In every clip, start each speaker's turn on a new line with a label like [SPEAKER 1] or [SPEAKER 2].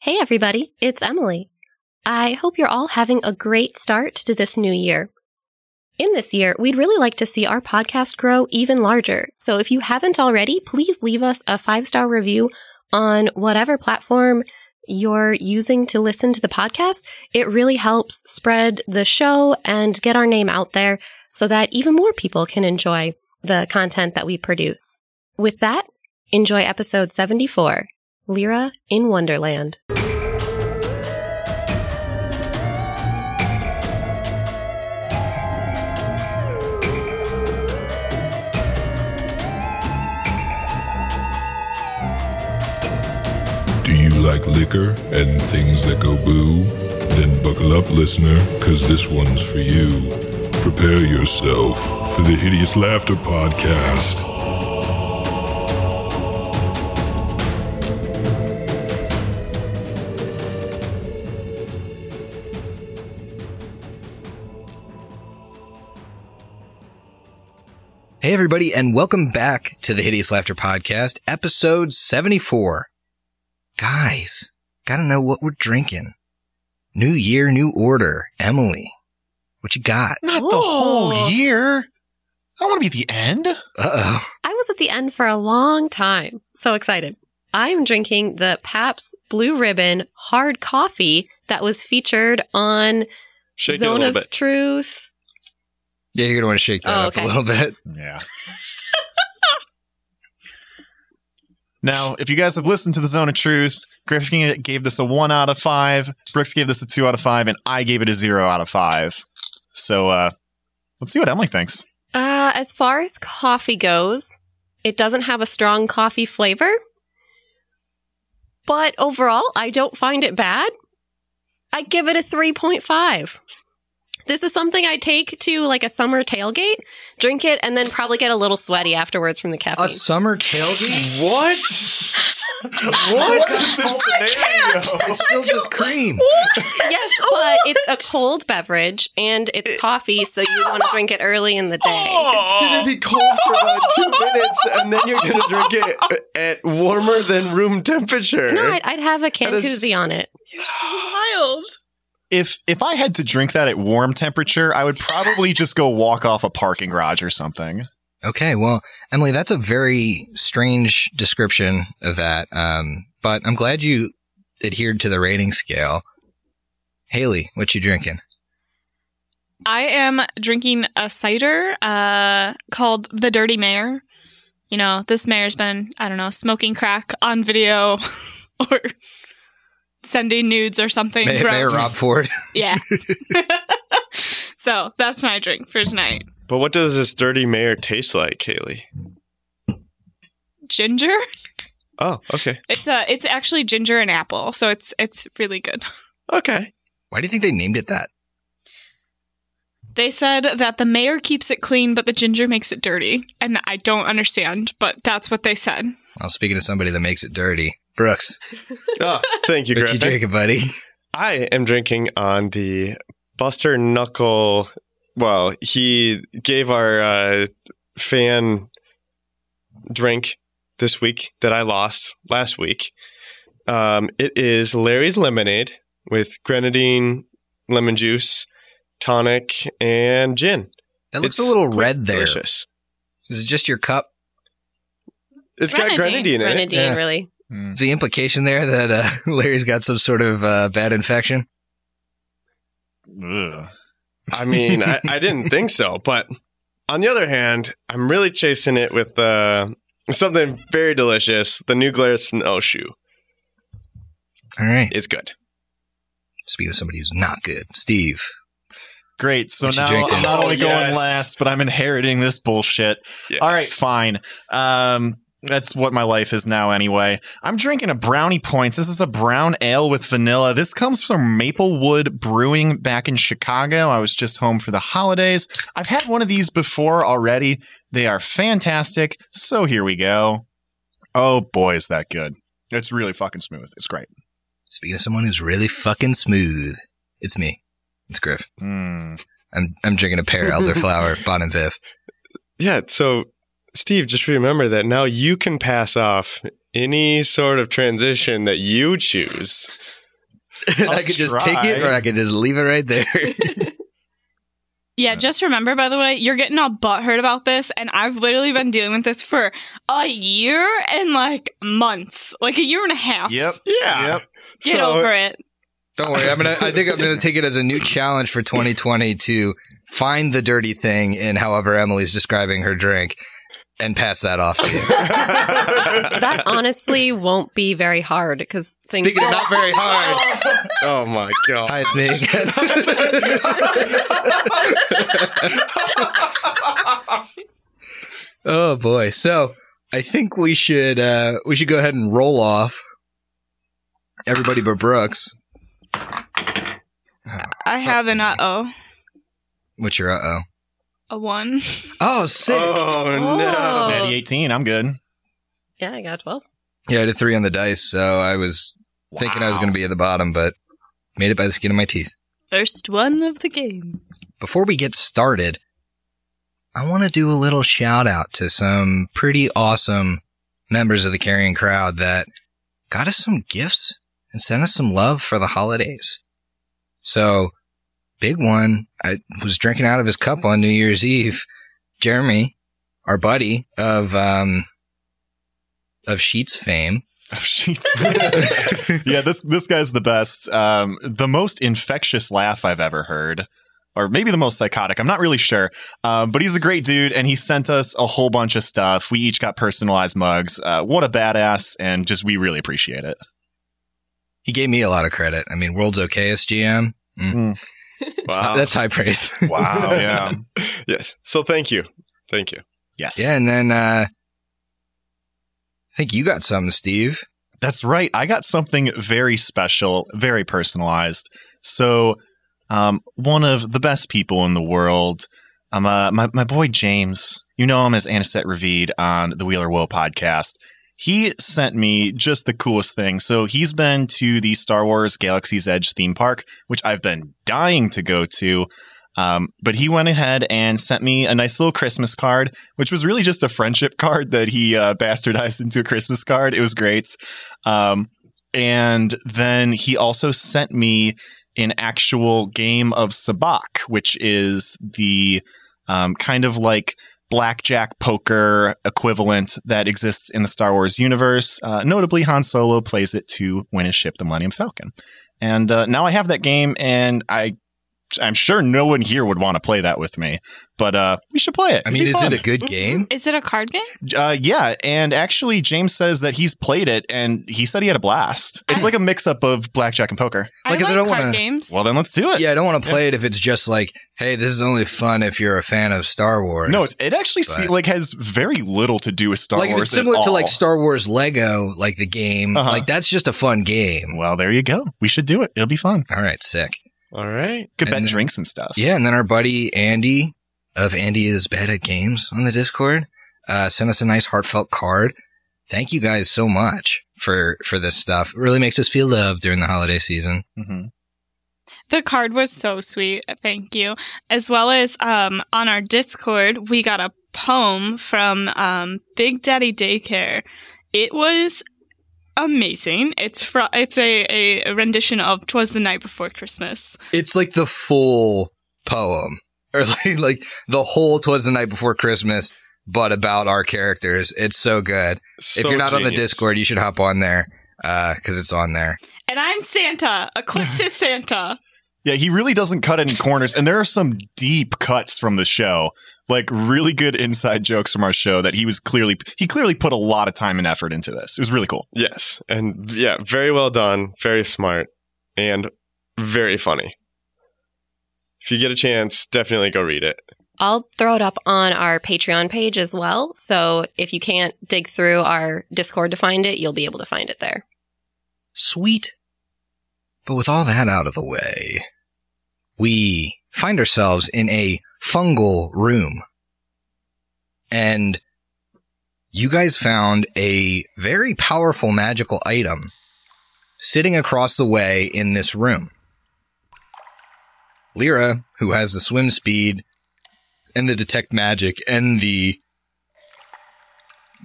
[SPEAKER 1] Hey, everybody, it's Emily. I hope you're all having a great start to this new year. In this year, we'd really like to see our podcast grow even larger. So if you haven't already, please leave us a five star review on whatever platform you're using to listen to the podcast. It really helps spread the show and get our name out there so that even more people can enjoy the content that we produce. With that, enjoy episode 74 Lyra in Wonderland.
[SPEAKER 2] Do you like liquor and things that go boo? Then buckle up, listener, cause this one's for you. Prepare yourself for the Hideous Laughter Podcast.
[SPEAKER 3] Hey, everybody, and welcome back to the Hideous Laughter Podcast, episode 74. Guys, gotta know what we're drinking. New year, new order. Emily, what you got?
[SPEAKER 4] Not the
[SPEAKER 1] Ooh.
[SPEAKER 4] whole year. I want to be at the end.
[SPEAKER 3] Uh oh.
[SPEAKER 1] I was at the end for a long time. So excited. I'm drinking the Pabst Blue Ribbon hard coffee that was featured on
[SPEAKER 5] Shake it a
[SPEAKER 1] Zone
[SPEAKER 5] little
[SPEAKER 1] of
[SPEAKER 5] bit.
[SPEAKER 1] Truth.
[SPEAKER 3] Yeah, you're gonna want to shake that
[SPEAKER 1] Oh,
[SPEAKER 3] up
[SPEAKER 1] okay.
[SPEAKER 3] a little bit.
[SPEAKER 4] Yeah. now, if you guys have listened to the Zone of Truth, Griffin gave this a one out of five. Brooks gave this a two out of five, and I gave it a zero out of five. So uh, let's see what Emily thinks.
[SPEAKER 1] Uh, as far as coffee goes, it doesn't have a strong coffee flavor. But overall, I don't find it bad. I give it a 3.5. This is something I take to like a summer tailgate, drink it, and then probably get a little sweaty afterwards from the caffeine.
[SPEAKER 3] A summer tailgate?
[SPEAKER 5] What? what is this
[SPEAKER 3] It's filled with cream.
[SPEAKER 1] Yes, but it's a cold beverage and it's coffee, so you want to drink it early in the day.
[SPEAKER 6] It's gonna be cold for about two minutes, and then you're gonna drink it at warmer than room temperature.
[SPEAKER 1] No, I'd, I'd have a
[SPEAKER 6] is-
[SPEAKER 1] Cancuzzi on it.
[SPEAKER 4] If if I had to drink that at warm temperature, I would probably just go walk off a parking garage or something.
[SPEAKER 3] Okay, well, Emily, that's a very strange description of that. Um, but I'm glad you adhered to the rating scale. Haley, what you drinking?
[SPEAKER 7] I am drinking a cider uh, called The Dirty Mayor. You know, this mayor's been, I don't know, smoking crack on video or sending nudes or something.
[SPEAKER 3] Mayor,
[SPEAKER 7] gross.
[SPEAKER 3] Mayor Rob Ford.
[SPEAKER 7] Yeah. so that's my drink for tonight.
[SPEAKER 6] But what does this dirty mayor?
[SPEAKER 5] Tastes like Kaylee.
[SPEAKER 7] Ginger.
[SPEAKER 5] Oh, okay.
[SPEAKER 7] It's uh, it's actually ginger and apple, so it's it's really good.
[SPEAKER 5] Okay.
[SPEAKER 3] Why do you think they named it that?
[SPEAKER 7] They said that the mayor keeps it clean, but the ginger makes it dirty, and I don't understand, but that's what they said.
[SPEAKER 3] Well, speaking to somebody that makes it dirty, Brooks,
[SPEAKER 6] Oh,
[SPEAKER 5] Thank you,
[SPEAKER 3] what
[SPEAKER 5] Griffin.
[SPEAKER 3] you drinking, buddy?
[SPEAKER 6] I am drinking on the Buster Knuckle. Well, he gave our uh, fan drink this week that I lost last week. Um, it is Larry's lemonade with grenadine, lemon juice, tonic, and gin.
[SPEAKER 3] That looks
[SPEAKER 6] It's
[SPEAKER 3] a little red there. Is
[SPEAKER 6] Delicious.
[SPEAKER 3] it just your cup?
[SPEAKER 6] It's got
[SPEAKER 7] Grenadine.
[SPEAKER 6] grenadine in it.
[SPEAKER 1] Grenadine,
[SPEAKER 3] Yeah.
[SPEAKER 1] really.
[SPEAKER 3] Is the implication there that uh, Larry's got some sort of uh, bad infection?
[SPEAKER 4] Ugh.
[SPEAKER 6] I mean, I, I didn't think so, but on the other hand, I'm really chasing it with uh, something very delicious. The new Glare Snowshoe.
[SPEAKER 3] All right.
[SPEAKER 6] It's good.
[SPEAKER 3] Speaking of somebody who's not good, Steve.
[SPEAKER 4] Great. So
[SPEAKER 3] What you
[SPEAKER 4] now
[SPEAKER 3] drinking?
[SPEAKER 4] I'm not only
[SPEAKER 6] Oh,
[SPEAKER 4] going
[SPEAKER 6] yes.
[SPEAKER 4] last, but I'm inheriting this bullshit.
[SPEAKER 6] Yes.
[SPEAKER 4] All right, fine. Um, that's what my life is now anyway. I'm drinking a brownie points. This is a brown ale with vanilla. This comes from Maplewood Brewing back in Chicago. I was just home for the holidays. I've had one of these before already. They are fantastic. So here we go. Oh boy, is that good. It's really fucking smooth. It's great.
[SPEAKER 3] Speaking of someone who's really fucking smooth, it's me. It's Griff.
[SPEAKER 4] Mm.
[SPEAKER 3] I'm I'm drinking a pear, elderflower, Bon and Viv.
[SPEAKER 6] Yeah. So, Steve, just remember that now you can pass off any sort of transition that you choose.
[SPEAKER 3] I could just take it or I could just leave it right there.
[SPEAKER 7] Yeah, just remember, by the way, you're getting all butthurt about this, and I've literally been dealing with this for a year and like months, like a year and a half.
[SPEAKER 4] Yep.
[SPEAKER 6] Yeah.
[SPEAKER 4] Yep.
[SPEAKER 7] Get
[SPEAKER 6] So-
[SPEAKER 7] over it.
[SPEAKER 3] Don't worry. I'm gonna. I think I'm gonna take it as a new challenge for 2020 to find the dirty thing in however Emily's describing her drink, and pass that off to you.
[SPEAKER 1] That honestly won't be very hard because things.
[SPEAKER 3] Speaking of not very hard.
[SPEAKER 6] Oh my god.
[SPEAKER 3] Hi, it's me. again. oh boy. So I think we should uh, we should go ahead and roll off. Everybody but Brooks.
[SPEAKER 7] I have an uh oh,
[SPEAKER 3] What's your uh oh?
[SPEAKER 7] a one.
[SPEAKER 3] Oh, sick.
[SPEAKER 6] Oh
[SPEAKER 1] Oh.
[SPEAKER 6] no.
[SPEAKER 4] Natty 18. I'm good.
[SPEAKER 1] yeah, I got 12.
[SPEAKER 3] Yeah, I had a three on the dice, so I was thinking I was
[SPEAKER 4] Wow.
[SPEAKER 3] going to be at the bottom, but made it by the skin of my teeth.
[SPEAKER 7] First one of the game.
[SPEAKER 3] before we get started, I want to do a little shout out to some pretty awesome members of the carrying crowd that got us some gifts and sent us some love for the holidays. So, big one, I was drinking out of his cup on New Year's Eve. Jeremy, our buddy of, um, of Sheets fame.
[SPEAKER 4] Oh, sheets. yeah, this this guy's the best. Um, the most infectious laugh I've ever heard, or maybe the most psychotic. I'm not really sure. Um, but he's a great dude, and he sent us a whole bunch of stuff. We each got personalized mugs. Uh, what a badass! And just we really appreciate it.
[SPEAKER 3] He gave me a lot of credit. I mean, world's okayest GM.
[SPEAKER 6] Wow.
[SPEAKER 3] That's high praise.
[SPEAKER 4] Wow. yeah.
[SPEAKER 6] yes. So thank you. Thank you.
[SPEAKER 4] Yes.
[SPEAKER 3] Yeah, and then uh, I think you got something, Steve.
[SPEAKER 4] That's right. I got something very special, very personalized. So, um, one of the best people in the world, um, uh, my, my boy James, you know him as Anisette Reveed on the Wheeler Woe podcast. He sent me just the coolest thing. So, he's been to the Star Wars Galaxy's Edge theme park, which I've been dying to go to. Um, but he went ahead and sent me a nice little Christmas card, which was really just a friendship card that he uh, bastardized into a Christmas card. It was great. Um, and then he also sent me an actual game of Sabak, which is the um, kind of like blackjack poker equivalent that exists in the Star Wars universe. Uh, notably, Han Solo plays it to win his ship, the Millennium Falcon. And uh, now I have that game, and I. I'm sure no one here would want to play that with me, but uh, we should play it.
[SPEAKER 3] I
[SPEAKER 4] It'd
[SPEAKER 3] mean,
[SPEAKER 4] be
[SPEAKER 3] is
[SPEAKER 4] fun.
[SPEAKER 3] it a good game?
[SPEAKER 7] Is it a card game?
[SPEAKER 4] Uh, yeah, and actually, James says that he's played it, and he said he had a blast. It's
[SPEAKER 3] Ah.
[SPEAKER 4] like a mix-up of blackjack and poker.
[SPEAKER 3] Like,
[SPEAKER 7] I
[SPEAKER 3] if I
[SPEAKER 7] like
[SPEAKER 3] don't
[SPEAKER 7] card
[SPEAKER 3] wanna-
[SPEAKER 7] games.
[SPEAKER 4] Well, then let's do it.
[SPEAKER 3] Yeah, I don't want to play it if it's just like, hey, this is only fun if you're a fan of Star Wars.
[SPEAKER 4] No, it's, it actually se-
[SPEAKER 3] But-
[SPEAKER 4] like has very little to do with Star
[SPEAKER 3] like if
[SPEAKER 4] Wars.
[SPEAKER 3] it's
[SPEAKER 4] at
[SPEAKER 3] similar to
[SPEAKER 4] all.
[SPEAKER 3] like Star Wars Lego, like the game.
[SPEAKER 4] Uh-huh.
[SPEAKER 3] Like that's just a fun game.
[SPEAKER 4] Well, there you go. We should do it. It'll be fun.
[SPEAKER 3] All right, sick.
[SPEAKER 6] All right.
[SPEAKER 4] Could
[SPEAKER 3] And
[SPEAKER 4] bet
[SPEAKER 3] then-
[SPEAKER 4] drinks and stuff.
[SPEAKER 3] Yeah, and then our buddy Andy of Andy is bad at games on the Discord uh, sent us a nice heartfelt card. Thank you guys so much for for this stuff. It really makes us feel loved during the holiday season.
[SPEAKER 4] Mhm.
[SPEAKER 7] The card was so sweet. Thank you. As well as um, on our Discord, we got a poem from um, Big Daddy Daycare. It was amazing. It's fro- it's a, a rendition of "Twas the Night Before Christmas."
[SPEAKER 3] It's like the full poem, or like, like the whole "Twas the Night Before Christmas," but about our characters. It's so good. if
[SPEAKER 6] So
[SPEAKER 3] you're not on the
[SPEAKER 6] genius.
[SPEAKER 3] Discord, you should hop on there because it's on there.
[SPEAKER 7] And I'm Santa. Eclipse is Santa.
[SPEAKER 4] Yeah, he really doesn't cut any corners, and there are some deep cuts from the show, like really good inside jokes from our show that he was clearly he clearly put a lot of time and effort into this. It was really cool.
[SPEAKER 6] Yes. And yeah, very well done, very smart, and very funny. If you get a chance, definitely go read it.
[SPEAKER 1] I'll throw it up on our Patreon page as well. So if you can't dig through our Discord to find it, you'll be able to find it there.
[SPEAKER 3] Sweet. But with all that out of the way, we find ourselves in a fungal room. And you guys found a very powerful magical item sitting across the way in this room. Lyra, who has the swim speed and the detect magic and the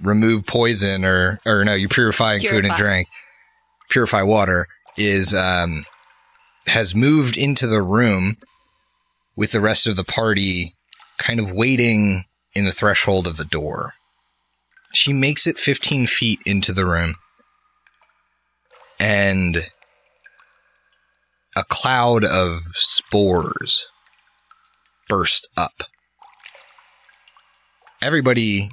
[SPEAKER 3] remove poison or or no, you're purifying food and
[SPEAKER 1] Purify.
[SPEAKER 3] drink, purify water is um, has moved into the room with the rest of the party, kind of waiting in the threshold of the door. She makes it 15 feet into the room, and a cloud of spores burst up. Everybody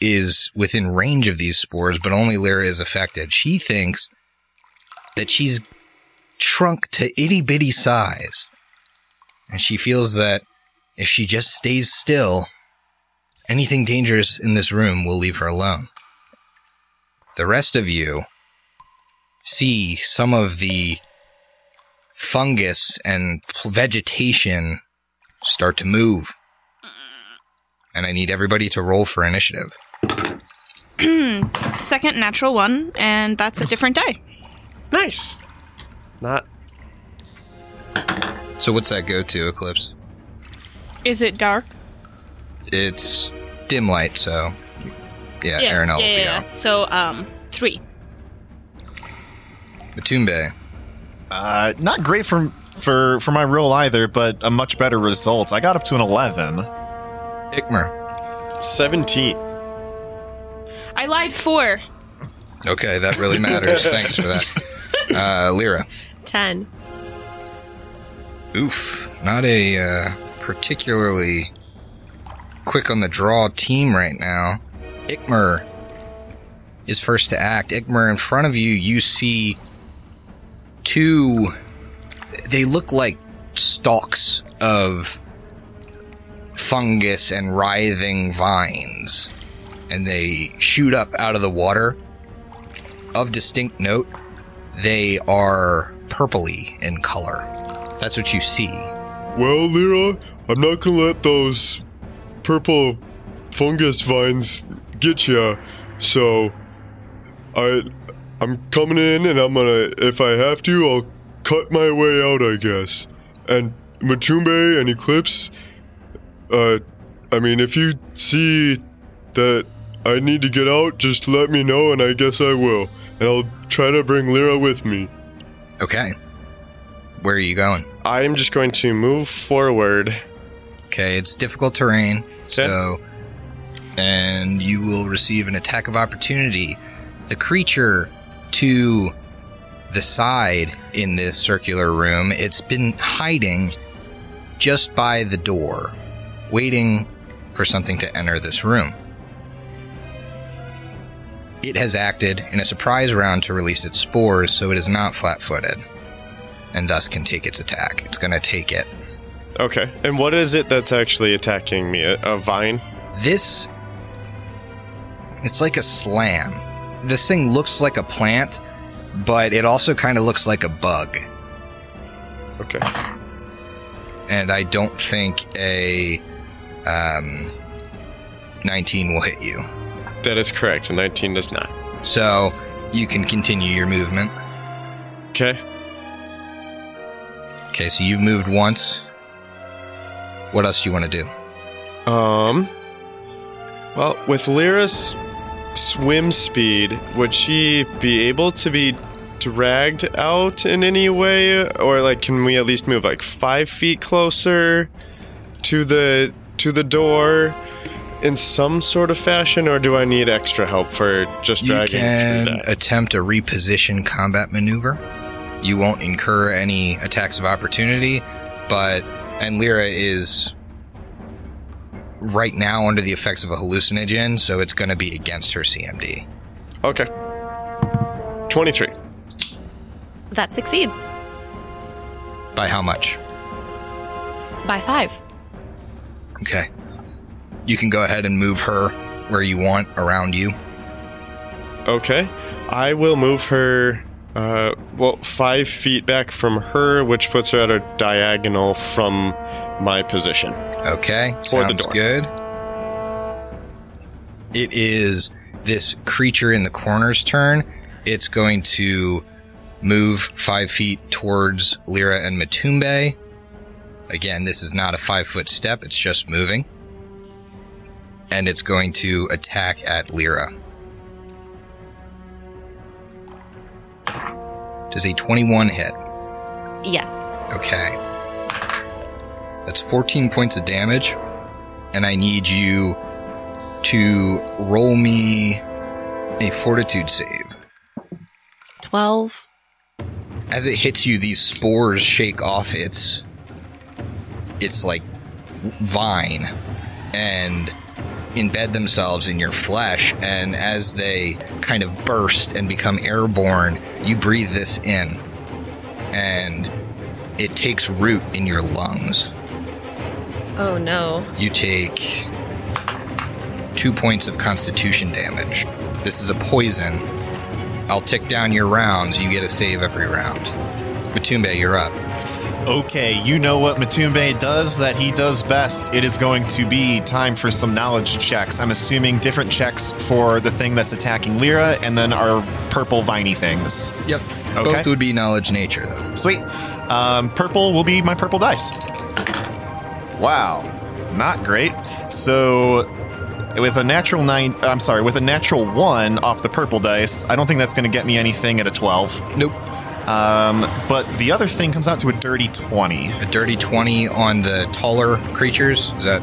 [SPEAKER 3] is within range of these spores, but only Lyra is affected. She thinks that she's shrunk to itty bitty size. And she feels that if she just stays still, anything dangerous in this room will leave her alone. The rest of you see some of the fungus and vegetation start to move. And I need everybody to roll for initiative.
[SPEAKER 7] Second natural one, and that's a different die.
[SPEAKER 5] Nice.
[SPEAKER 6] Not
[SPEAKER 3] So what's that go to, Eclipse?
[SPEAKER 7] Is it dark?
[SPEAKER 3] It's dim light, so yeah, Aaron will be out.
[SPEAKER 7] So, um, three.
[SPEAKER 3] Matumbe.
[SPEAKER 4] Uh, not great for for for my roll either, but a much better result. I got up to an eleven.
[SPEAKER 3] Ikmer.
[SPEAKER 6] 17.
[SPEAKER 7] I lied four.
[SPEAKER 3] Okay, that really matters. Thanks for that. Uh, Lyra.
[SPEAKER 1] 10.
[SPEAKER 3] Oof. Not a uh, particularly quick on the draw team right now. Ikmer is first to act. Ikmer, in front of you, you see two. They look like stalks of fungus and writhing vines, and they shoot up out of the water. Of distinct note, they are purpley in color. That's what you see.
[SPEAKER 6] Well, Lyra, I'm not gonna let those purple fungus vines get ya. So, I, I'm coming in, and I'm gonna. If I have to, I'll cut my way out, I guess. And Matumbe and Eclipse. Uh, I mean, if you see that I need to get out, just let me know, and I guess I will. And I'll try to bring Lyra with me.
[SPEAKER 3] Okay. Where are you going?
[SPEAKER 6] I'm just going to move forward.
[SPEAKER 3] Okay, it's difficult terrain, so and you will receive an attack of opportunity. The creature to the side in this circular room, it's been hiding just by the door, waiting for something to enter this room. It has acted in a surprise round to release its spores, so it is not flat footed, and thus can take its attack. It's going to take it.
[SPEAKER 6] Okay. And what is it that's actually attacking me? A, a vine?
[SPEAKER 3] this it's like a slam this thing looks like a plant but it also kind of looks like a bug
[SPEAKER 6] Okay.
[SPEAKER 3] and i don't think a um, 19 will hit you
[SPEAKER 6] That is correct. A 19 does not.
[SPEAKER 3] so you can continue your movement
[SPEAKER 6] Okay.
[SPEAKER 3] okay so you've moved once what else do you want to do
[SPEAKER 6] Um. Well, with Lyra's swim speed, would she be able to be dragged out in any way? Or, like, can we at least move, like, five feet closer to the to the door in some sort of fashion? Or do I need extra help for just
[SPEAKER 3] you
[SPEAKER 6] dragging through
[SPEAKER 3] can
[SPEAKER 6] that?
[SPEAKER 3] attempt a reposition combat maneuver. You won't incur any attacks of opportunity, but and Lyra is right now under the effects of a hallucinogen, so it's going to be against her CMD.
[SPEAKER 6] Okay. 23.
[SPEAKER 1] That succeeds
[SPEAKER 3] By how much?
[SPEAKER 1] by five.
[SPEAKER 3] Okay. You can go ahead and move her where you want around you.
[SPEAKER 6] Okay. I will move her, uh, well, five feet back from her, which puts her at a diagonal from my position.
[SPEAKER 3] Okay,
[SPEAKER 6] Toward the
[SPEAKER 3] sounds
[SPEAKER 6] door.
[SPEAKER 3] good. It is this creature in the corner's turn. It's going to move five feet towards Lyra and Matumbe. Again, this is not a five foot step, it's just moving. and it's going to attack at Lyra. Does a 21 hit?
[SPEAKER 1] Yes.
[SPEAKER 3] Okay. That's 14 points of damage, and I need you to roll me a fortitude save.
[SPEAKER 1] 12.
[SPEAKER 3] As it hits you, these spores shake off its its like vine and embed themselves in your flesh and as they kind of burst and become airborne, you breathe this in and it takes root in your lungs.
[SPEAKER 1] Oh no.
[SPEAKER 3] You take 2 points of constitution damage. This is a poison. I'll tick down your rounds. You get a save every round. Matumbe, you're up.
[SPEAKER 4] Okay, you know what Matumbe does that he does best. It is going to be time for some knowledge checks. I'm assuming different checks for the thing that's attacking Lyra and then our purple viney things.
[SPEAKER 3] Yep.
[SPEAKER 4] Okay.
[SPEAKER 3] Both would be knowledge nature, though.
[SPEAKER 4] Sweet. Um, purple will be my purple dice. Wow. Not great. So with a natural nine I'm sorry, with a natural one off the purple dice, I don't think that's gonna get me anything at a twelve.
[SPEAKER 3] Nope.
[SPEAKER 4] Um, but the other thing comes out to a dirty twenty.
[SPEAKER 3] A dirty 20 on the taller creatures. Is that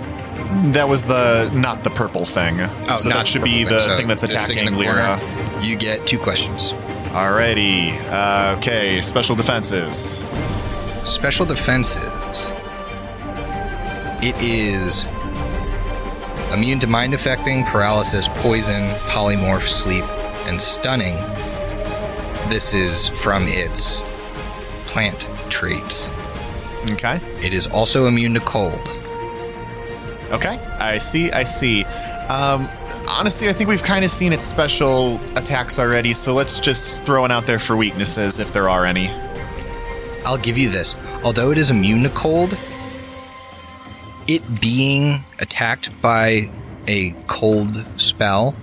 [SPEAKER 4] That was the not the purple thing.
[SPEAKER 3] Oh,
[SPEAKER 4] so
[SPEAKER 3] not
[SPEAKER 4] that should be
[SPEAKER 3] purple
[SPEAKER 4] the
[SPEAKER 3] thing, so
[SPEAKER 4] thing that's
[SPEAKER 3] just stick in
[SPEAKER 4] attacking
[SPEAKER 3] the corner.
[SPEAKER 4] Lyra.
[SPEAKER 3] You get two questions.
[SPEAKER 4] Alrighty. Uh, okay. Special defenses.
[SPEAKER 3] Special defenses. It is immune to mind affecting, paralysis, poison, polymorph, sleep, and stunning. This is from its plant traits.
[SPEAKER 4] Okay.
[SPEAKER 3] It is also immune to cold.
[SPEAKER 4] Okay. I see. I see. Um, honestly, I think we've kind of seen its special attacks already. So let's just throw it out there for weaknesses if there are any.
[SPEAKER 3] I'll give you this. Although it is immune to cold, it being attacked by a cold spell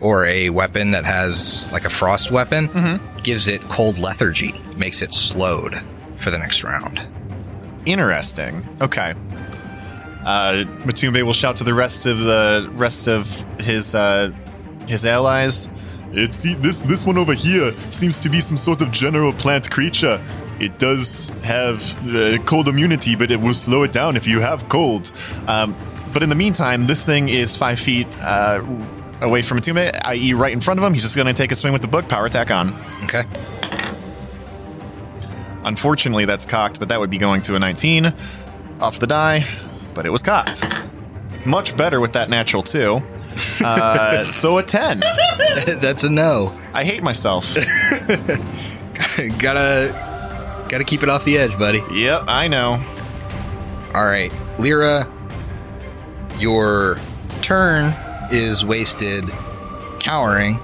[SPEAKER 3] or a weapon that has like a frost weapon gives it cold lethargy, makes it slowed for the next round.
[SPEAKER 4] Interesting. Okay. Uh, Matumbe will shout to the rest of the rest of his uh, his allies. It see this this one over here seems to be some sort of general plant creature. It does have uh, cold immunity, but it will slow it down if you have cold. Um, but in the meantime, this thing is five feet uh, away from Matumbe, i.e., right in front of him. He's just going to take a swing with the book power attack on.
[SPEAKER 3] Okay.
[SPEAKER 4] Unfortunately, that's cocked, but that would be going to a 19 off the die, but it was cocked. Much better with that natural two. Uh, so a 10.
[SPEAKER 3] That's a no.
[SPEAKER 4] I hate myself.
[SPEAKER 3] gotta gotta keep it off the edge, buddy.
[SPEAKER 4] Yep, I know.
[SPEAKER 3] All right, Lyra, your turn is wasted cowering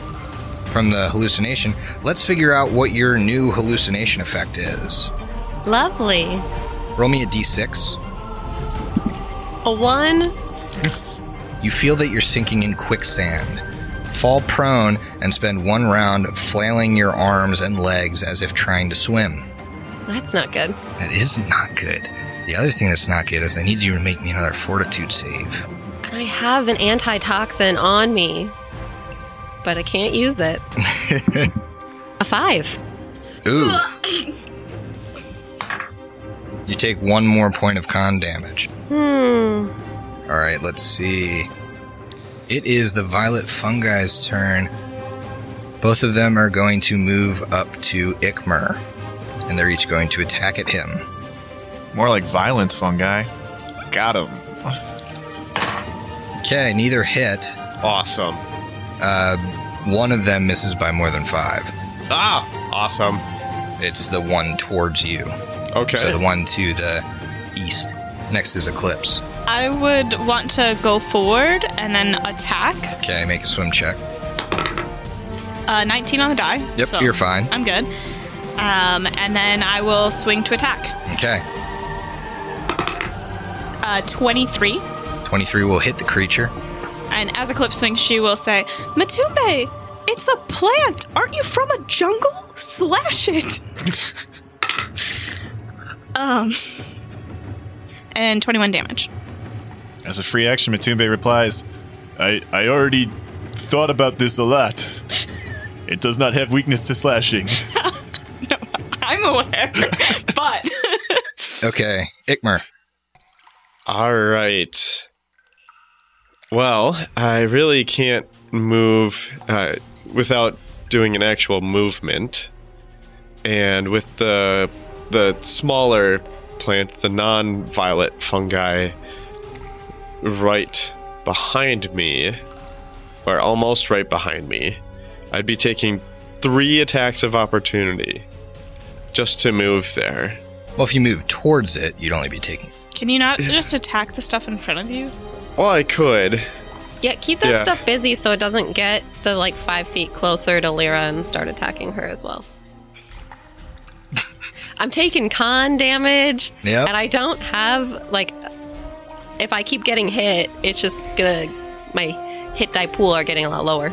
[SPEAKER 3] from the hallucination. Let's figure out what your new hallucination effect is.
[SPEAKER 1] Lovely.
[SPEAKER 3] Roll me a d6.
[SPEAKER 1] A one.
[SPEAKER 3] You feel that you're sinking in quicksand. Fall prone and spend one round flailing your arms and legs as if trying to swim.
[SPEAKER 1] That's not good.
[SPEAKER 3] That is not good. The other thing that's not good is I need you to make me another fortitude save.
[SPEAKER 1] I have an antitoxin on me, but I can't use it. a five.
[SPEAKER 3] Ooh. you take one more point of con damage.
[SPEAKER 1] Hmm.
[SPEAKER 3] All right, let's see. It is the violet fungi's turn. Both of them are going to move up to Ikmer, and they're each going to attack at him.
[SPEAKER 4] More like violence, fungi. Got him.
[SPEAKER 3] Okay, neither hit.
[SPEAKER 6] Awesome.
[SPEAKER 3] Uh, one of them misses by more than five.
[SPEAKER 6] Ah, awesome.
[SPEAKER 3] It's the one towards you.
[SPEAKER 6] Okay.
[SPEAKER 3] So the one to the east. Next is Eclipse.
[SPEAKER 7] I would want to go forward and then attack.
[SPEAKER 3] Okay, make a swim check.
[SPEAKER 7] Uh, 19 on the die.
[SPEAKER 3] Yep, you're fine.
[SPEAKER 7] I'm good. Um, and then I will swing to attack.
[SPEAKER 3] Okay,
[SPEAKER 7] Uh, 23.
[SPEAKER 3] 23 will hit the creature.
[SPEAKER 7] And as Eclipse swings, she will say, Matumbe, it's a plant. Aren't you from a jungle? Slash it. um, and 21 damage.
[SPEAKER 4] As a free action, Matumbe replies, I, I already thought about this a lot. It does not have weakness to slashing.
[SPEAKER 7] No, I'm aware, but
[SPEAKER 3] Okay, Ikmer.
[SPEAKER 6] All right. Well, I really can't move uh, without doing an actual movement, and with the the smaller plant, the non-violet fungi, right behind me, or almost right behind me, I'd be taking three attacks of opportunity just to move there.
[SPEAKER 3] Well, if you move towards it, you'd only be taking.
[SPEAKER 7] can you not just attack the stuff in front of you?
[SPEAKER 6] Well, I could.
[SPEAKER 1] Yeah, keep that
[SPEAKER 6] Yeah.
[SPEAKER 1] stuff busy so it doesn't get the like five feet closer to Lyra and start attacking her as well. I'm taking con damage,
[SPEAKER 3] Yep.
[SPEAKER 1] and I don't have like. If I keep getting hit, it's just gonna my hit die pool are getting a lot lower.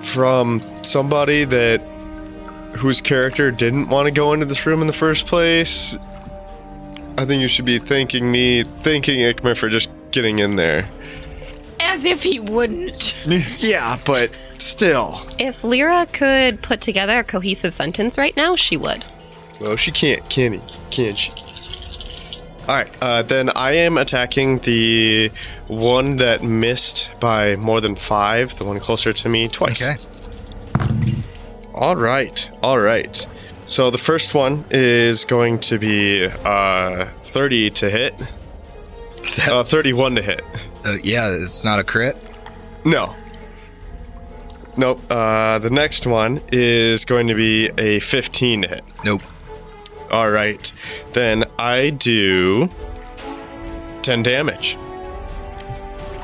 [SPEAKER 6] from somebody that whose character didn't want to go into this room in the first place. I think you should be thanking me, thanking Ikma for just getting in there.
[SPEAKER 7] As if he wouldn't.
[SPEAKER 6] Yeah, but still.
[SPEAKER 1] If Lyra could put together a cohesive sentence right now, she would.
[SPEAKER 6] No, she can't, can he? Can't she? Alright, uh, then I am attacking the one that missed by more than five, the one closer to me, twice.
[SPEAKER 3] Okay.
[SPEAKER 6] All right, all right. So the first one is going to be uh, 30 to hit, uh, 31 to hit.
[SPEAKER 3] Uh, yeah, it's not a crit.
[SPEAKER 6] No. Nope. Uh, the next one is going to be a 15 to hit.
[SPEAKER 3] Nope.
[SPEAKER 6] All right. Then I do 10 damage.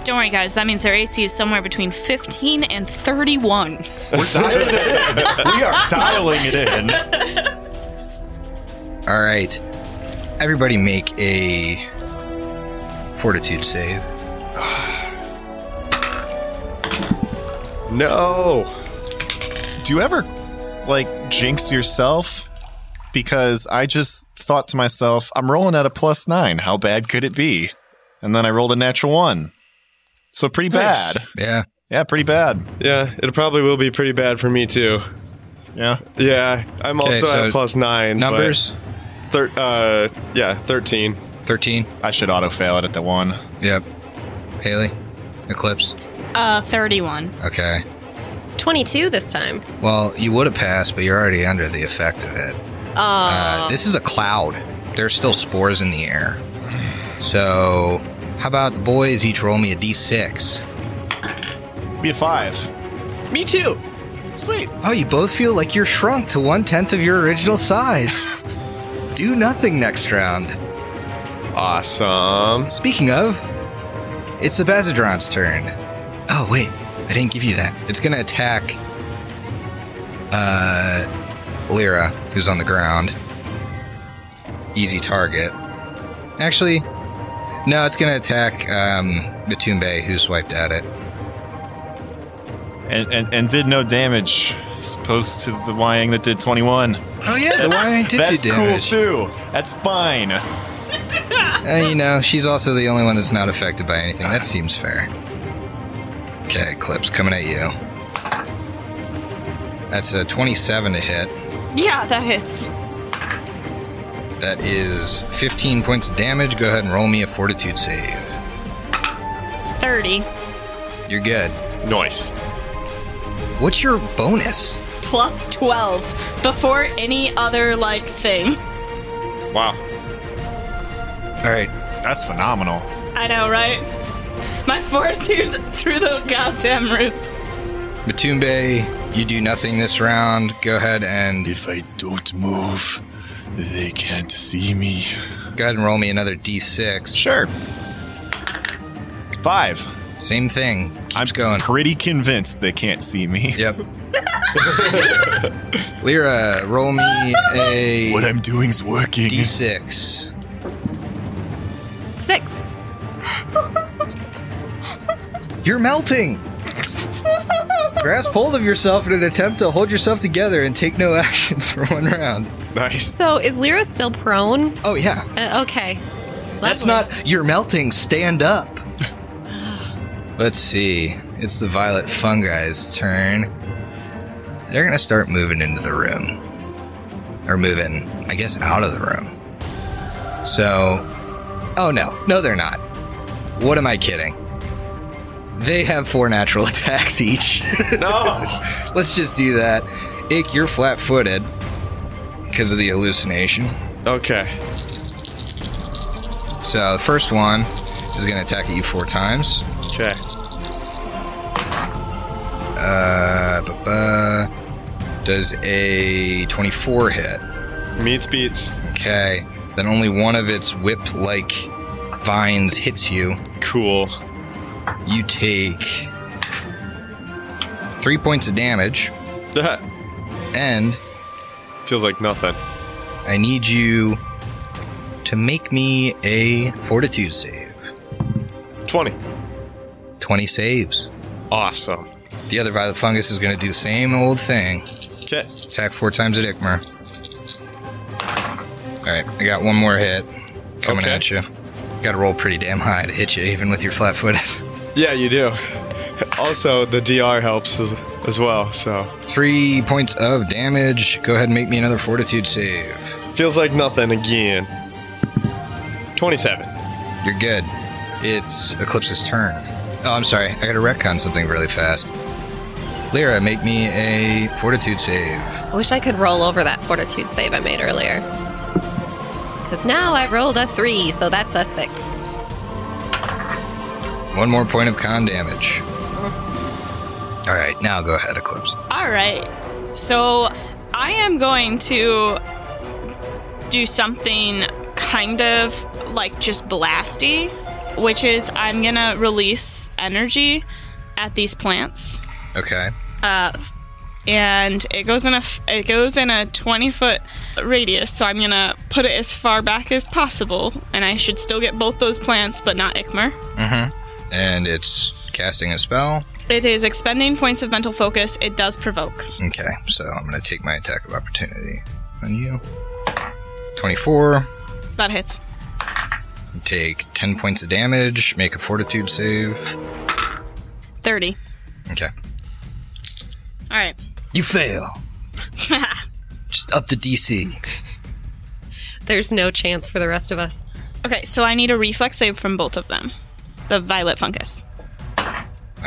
[SPEAKER 7] Don't worry, guys. That means their AC is somewhere between 15 and 31.
[SPEAKER 4] We're dialing it in. We are dialing it in.
[SPEAKER 3] All right. Everybody make a fortitude save.
[SPEAKER 6] No.
[SPEAKER 4] Do you ever like jinx yourself? Because I just thought to myself, I'm rolling at a plus nine. How bad could it be? And then I rolled a natural one. So pretty
[SPEAKER 6] Nice.
[SPEAKER 4] bad.
[SPEAKER 3] Yeah.
[SPEAKER 4] Yeah, pretty bad.
[SPEAKER 6] Yeah, it probably will be pretty bad for me too.
[SPEAKER 4] Yeah.
[SPEAKER 6] Yeah, I'm
[SPEAKER 3] Okay,
[SPEAKER 6] also
[SPEAKER 3] so
[SPEAKER 6] at plus nine. but
[SPEAKER 3] Numbers?
[SPEAKER 6] Thir- uh, yeah, 13.
[SPEAKER 3] 13.
[SPEAKER 4] I should auto fail it at the one.
[SPEAKER 3] Yep. Haley? Eclipse?
[SPEAKER 7] Uh, 31.
[SPEAKER 3] Okay.
[SPEAKER 1] Twenty-two this time.
[SPEAKER 3] Well, you would have passed, but you're already under the effect of it. Uh, this is a cloud. There's still spores in the air. So, how about the boys each roll me a d6?
[SPEAKER 4] Be a five.
[SPEAKER 6] Me too.
[SPEAKER 4] Sweet.
[SPEAKER 3] Oh, you both feel like you're shrunk to one tenth of your original size. Do nothing next round.
[SPEAKER 6] Awesome.
[SPEAKER 3] Speaking of, it's the Bazadron's turn. Oh wait, I didn't give you that. It's gonna attack uh Lyra, who's on the ground. Easy target. Actually, no, it's gonna attack um Batumbe, who swiped at it.
[SPEAKER 4] And, and and did no damage. As opposed to the Wyang that did twenty one.
[SPEAKER 3] Oh yeah, the one did
[SPEAKER 4] That's
[SPEAKER 3] do
[SPEAKER 4] cool
[SPEAKER 3] damage.
[SPEAKER 4] too. That's fine.
[SPEAKER 3] Uh, you know, she's also the only one that's not affected by anything. That seems fair. Okay, Clips coming at you. That's a 27 to hit.
[SPEAKER 7] Yeah, that hits.
[SPEAKER 3] That is 15 points of damage. Go ahead and roll me a fortitude save.
[SPEAKER 7] 30.
[SPEAKER 3] You're good.
[SPEAKER 6] Nice.
[SPEAKER 3] What's your bonus?
[SPEAKER 7] Plus 12. Before any other, like, thing.
[SPEAKER 6] Wow.
[SPEAKER 3] All right.
[SPEAKER 4] That's phenomenal.
[SPEAKER 7] I know, right? My fortitude's through the goddamn roof.
[SPEAKER 3] Matumbe, you do nothing this round. Go ahead and
[SPEAKER 2] If I don't move, they can't see me.
[SPEAKER 3] go ahead and roll me another d6.
[SPEAKER 4] Sure. Five.
[SPEAKER 3] Same thing. Keeps
[SPEAKER 4] I'm
[SPEAKER 3] going.
[SPEAKER 4] pretty convinced they can't see me.
[SPEAKER 3] Yep. Lyra, roll me a
[SPEAKER 2] What I'm doing's working.
[SPEAKER 3] d6.
[SPEAKER 1] Six.
[SPEAKER 3] You're melting! Grasp hold of yourself in an attempt to hold yourself together and take no actions for one round.
[SPEAKER 6] Nice.
[SPEAKER 1] So is Lyra still prone?
[SPEAKER 3] Oh, yeah.
[SPEAKER 1] Uh, okay.
[SPEAKER 3] That's
[SPEAKER 1] Lovely.
[SPEAKER 3] not. You're melting. Stand up. Let's see. It's the violet fungi's turn. They're gonna start moving into the room. Or moving, I guess, out of the room. So. Oh no. No, they're not. What am I kidding? They have four natural attacks each.
[SPEAKER 6] No.
[SPEAKER 3] Let's just do that. Ick, you're flat footed because of the hallucination.
[SPEAKER 6] Okay.
[SPEAKER 3] So the first one is going to attack at you four times.
[SPEAKER 6] Okay.
[SPEAKER 3] Uh, bu- bu- does a 24 hit.
[SPEAKER 6] Meets beats.
[SPEAKER 3] Okay. Then only one of its whip like vines hits you.
[SPEAKER 6] Cool.
[SPEAKER 3] You take three points of damage,
[SPEAKER 6] That
[SPEAKER 3] and
[SPEAKER 6] feels like nothing.
[SPEAKER 3] I need you to make me a fortitude save.
[SPEAKER 6] 20.
[SPEAKER 3] 20 saves.
[SPEAKER 6] Awesome.
[SPEAKER 3] The other violet fungus is going to do the same old thing.
[SPEAKER 6] Okay.
[SPEAKER 3] Attack four times at Ikmer. Alright, I got one more hit coming
[SPEAKER 6] Okay.
[SPEAKER 3] at you. Gotta roll pretty damn high to hit you, even with your flat foot.
[SPEAKER 6] Yeah, you do. Also, the DR helps as, as well, so.
[SPEAKER 3] Three points of damage. Go ahead and make me another fortitude save.
[SPEAKER 6] Feels like nothing again. 27.
[SPEAKER 3] You're good. It's Eclipse's turn. Oh, I'm sorry. I gotta retcon something really fast. Lyra, make me a fortitude save.
[SPEAKER 1] I wish I could roll over that fortitude save I made earlier. Because now I rolled a three, so that's a six.
[SPEAKER 3] One more point of con damage. Alright, now go ahead, Eclipse.
[SPEAKER 7] All right. So I am going to do something kind of like just blasty, which is I'm going to release energy at these plants.
[SPEAKER 3] Okay.
[SPEAKER 7] And it goes in a f- it goes in a 20 foot radius, so I'm gonna put it as far back as possible, and I should still get both those plants, but not Ikmer.
[SPEAKER 3] And it's casting a spell.
[SPEAKER 7] It is expending points of mental focus. It does provoke.
[SPEAKER 3] Okay, so I'm going to take my attack of opportunity on you. 24.
[SPEAKER 7] That hits.
[SPEAKER 3] Take 10 points of damage. Make a fortitude save.
[SPEAKER 7] 30.
[SPEAKER 3] Okay.
[SPEAKER 7] All right.
[SPEAKER 3] You fail. Just up to DC.
[SPEAKER 1] There's no chance for the rest of us.
[SPEAKER 7] Okay, so I need a reflex save from both of them. The violet fungus.
[SPEAKER 3] My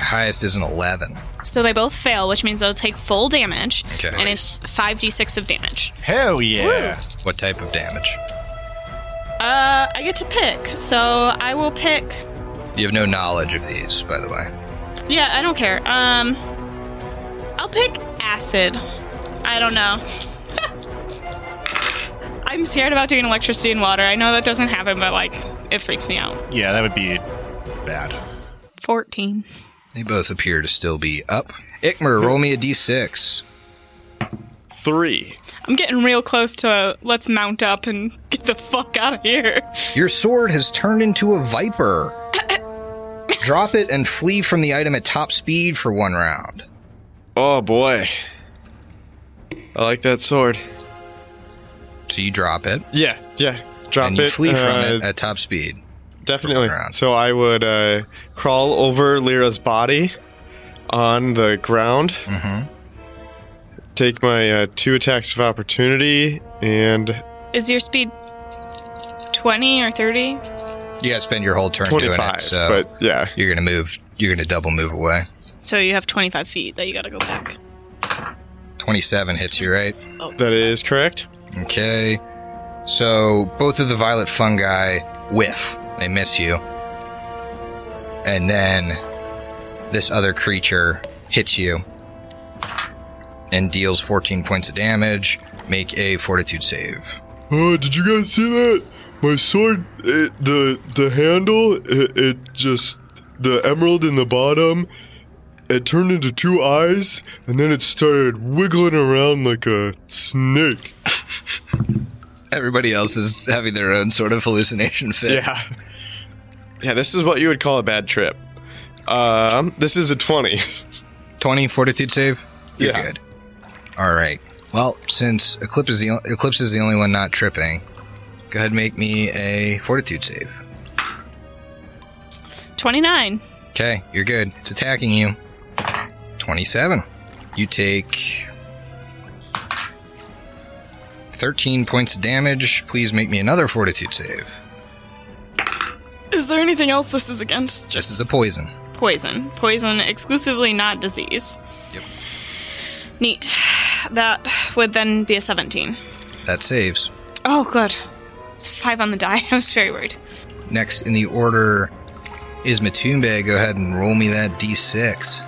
[SPEAKER 3] highest is an 11.
[SPEAKER 7] So they both fail, which means they'll take full damage,
[SPEAKER 3] Okay.
[SPEAKER 7] and it's 5d6 of damage.
[SPEAKER 4] Hell yeah.
[SPEAKER 3] What type of damage?
[SPEAKER 7] Uh, I get to pick, so I will pick.
[SPEAKER 3] You have no knowledge of these, by the way.
[SPEAKER 7] Yeah, I don't care. Um, I'll pick acid. I don't know. I'm scared about doing electricity and water. I know that doesn't happen, but like, it freaks me out.
[SPEAKER 4] Yeah, that would be bad.
[SPEAKER 7] 14.
[SPEAKER 3] They both appear to still be up. Ikmer, roll me a d6.
[SPEAKER 6] Three.
[SPEAKER 7] I'm getting real close to let's mount up and get the fuck out of here.
[SPEAKER 3] Your sword has turned into a viper. Drop it and flee from the item at top speed for one round.
[SPEAKER 6] Oh boy. I like that sword.
[SPEAKER 3] So you drop it,
[SPEAKER 6] Yeah, yeah. Drop
[SPEAKER 3] and you
[SPEAKER 6] it.
[SPEAKER 3] flee from
[SPEAKER 6] uh,
[SPEAKER 3] it at top speed.
[SPEAKER 6] Definitely.
[SPEAKER 3] around.
[SPEAKER 6] So I would uh, crawl over Lyra's body on the ground. Mm-hmm. Take my uh, two attacks of opportunity and
[SPEAKER 7] Is your speed 20 or 30?
[SPEAKER 3] You gotta spend your whole turn doing
[SPEAKER 6] 25.
[SPEAKER 3] it, so
[SPEAKER 6] But yeah,
[SPEAKER 3] you're gonna move. You're gonna double move away.
[SPEAKER 7] So you have 25 feet that you gotta go back.
[SPEAKER 3] Twenty-seven hits you, right?
[SPEAKER 6] that is correct.
[SPEAKER 3] Okay. So both of the violet fungi whiff. They miss you, and then this other creature hits you and deals 14 points of damage. Make a fortitude save.
[SPEAKER 6] Oh, did you guys see that? My sword, it, the the handle, it, it just the emerald in the bottom, it turned into two eyes, and then it started wiggling around like a snake.
[SPEAKER 3] Everybody else is having their own sort of hallucination fit.
[SPEAKER 6] Yeah, yeah. This is what you would call a bad trip. Um, this is a twenty.
[SPEAKER 3] 20 fortitude save. You're
[SPEAKER 6] Yeah.
[SPEAKER 3] good. All right. Well, since Eclipse is the o- Eclipse is the only one not tripping, go ahead and make me a fortitude save.
[SPEAKER 7] 29.
[SPEAKER 3] Okay, you're good. It's attacking you. 27. You take 13 points of damage. Please make me another fortitude save.
[SPEAKER 7] Is there anything else this is against?
[SPEAKER 3] This is a poison.
[SPEAKER 7] poison. Poison exclusively, not disease.
[SPEAKER 3] Yep.
[SPEAKER 7] Neat. That would then be a 17.
[SPEAKER 3] That saves.
[SPEAKER 7] Oh, good. It's five on the die. I was very worried.
[SPEAKER 3] Next in the order is Matumbe. Go ahead and roll me that d6.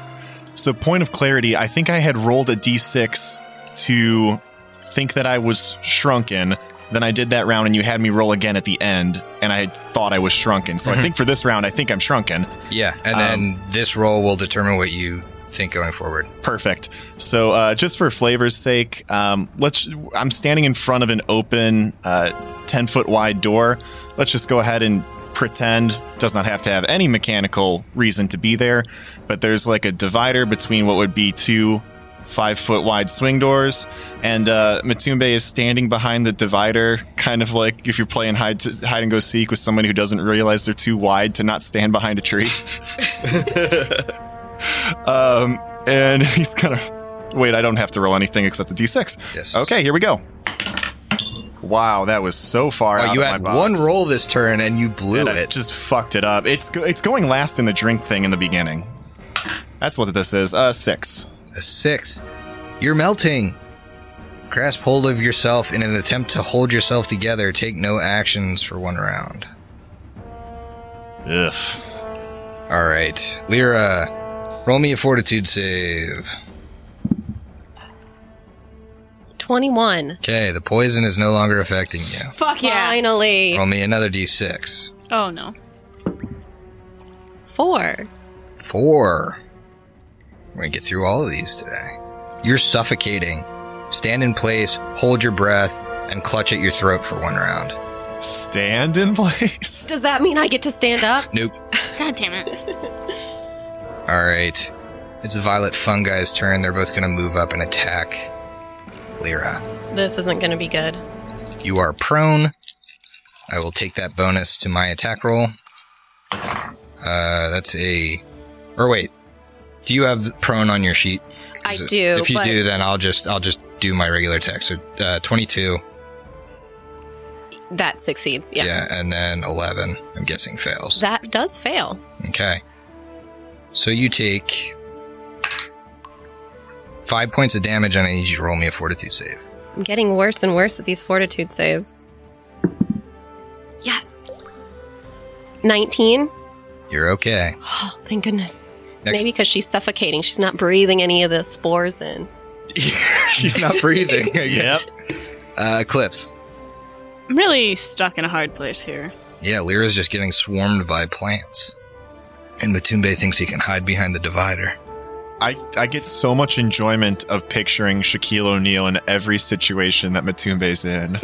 [SPEAKER 4] So, point of clarity, I think I had rolled a d6 to think that I was shrunken. Then I did that round, and you had me roll again at the end, and I thought I was shrunken. So, I think for this round, I think I'm shrunken.
[SPEAKER 3] Yeah, and
[SPEAKER 4] Um,
[SPEAKER 3] then this roll will determine what you think going forward.
[SPEAKER 4] Perfect. So, uh, just for flavor's sake, um, let's. I'm standing in front of an open, uh, ten foot wide door. Let's just go ahead and pretend does not have to have any mechanical reason to be there, but there's like a divider between what would be two five foot wide swing doors, and uh, Matumbe is standing behind the divider, kind of like if you're playing hide to, hide and go seek with somebody who doesn't realize they're too wide to not stand behind a tree. Um, and he's gonna wait. I don't have to roll anything except a d6.
[SPEAKER 3] Yes.
[SPEAKER 4] Okay, here we go. Wow, that was so far.
[SPEAKER 3] Wow,
[SPEAKER 4] out
[SPEAKER 3] Oh, you
[SPEAKER 4] of
[SPEAKER 3] had
[SPEAKER 4] my box.
[SPEAKER 3] one roll this turn and you blew
[SPEAKER 4] and I
[SPEAKER 3] it.
[SPEAKER 4] just fucked it up. It's go- it's going last in the drink thing in the beginning. That's what this is. Uh, six.
[SPEAKER 3] A six. You're melting. Grasp hold of yourself in an attempt to hold yourself together. Take no actions for one round.
[SPEAKER 4] Ugh.
[SPEAKER 3] All right, Lyra, roll me a fortitude save.
[SPEAKER 1] 21.
[SPEAKER 3] Okay, the poison is no longer affecting you.
[SPEAKER 7] Fuck yeah.
[SPEAKER 1] Finally.
[SPEAKER 3] Roll me another d6.
[SPEAKER 7] Oh, no.
[SPEAKER 1] Four.
[SPEAKER 3] Four. We're gonna get through all of these today. You're suffocating. Stand in place, hold your breath, and clutch at your throat for one round.
[SPEAKER 4] Stand in place.
[SPEAKER 1] Does that mean I get to stand up?
[SPEAKER 3] Nope.
[SPEAKER 7] God damn it.
[SPEAKER 3] All right. It's Violet Fungi's turn. They're both going to move up and attack Lyra.
[SPEAKER 1] This isn't going to be good.
[SPEAKER 3] You are prone. I will take that bonus to my attack roll. Uh, that's a. Or wait, do you have prone on your sheet?
[SPEAKER 1] I
[SPEAKER 3] 'Cause
[SPEAKER 1] do,
[SPEAKER 3] If you
[SPEAKER 1] but-
[SPEAKER 3] do, then I'll just I'll just do my regular attack. So uh, twenty-two,
[SPEAKER 1] That succeeds. Yeah.
[SPEAKER 3] yeah, and then eleven. I'm guessing fails.
[SPEAKER 1] That does fail.
[SPEAKER 3] Okay. So you take five points of damage, and I need you to roll me a fortitude save.
[SPEAKER 1] I'm getting worse and worse at these fortitude saves. Yes. 19.
[SPEAKER 3] You're okay.
[SPEAKER 1] Oh, thank goodness. It's
[SPEAKER 3] Next-
[SPEAKER 1] maybe because she's suffocating. She's not breathing any of the spores in.
[SPEAKER 3] She's not breathing. I
[SPEAKER 4] Yep.
[SPEAKER 3] Uh, Eclipse.
[SPEAKER 7] I'm really stuck in a hard place here.
[SPEAKER 3] Yeah, Lyra's just getting swarmed by plants. And Matumbe thinks he can hide behind the divider.
[SPEAKER 4] I, I get so much enjoyment of picturing Shaquille O'Neal in every situation that Matumbe's in.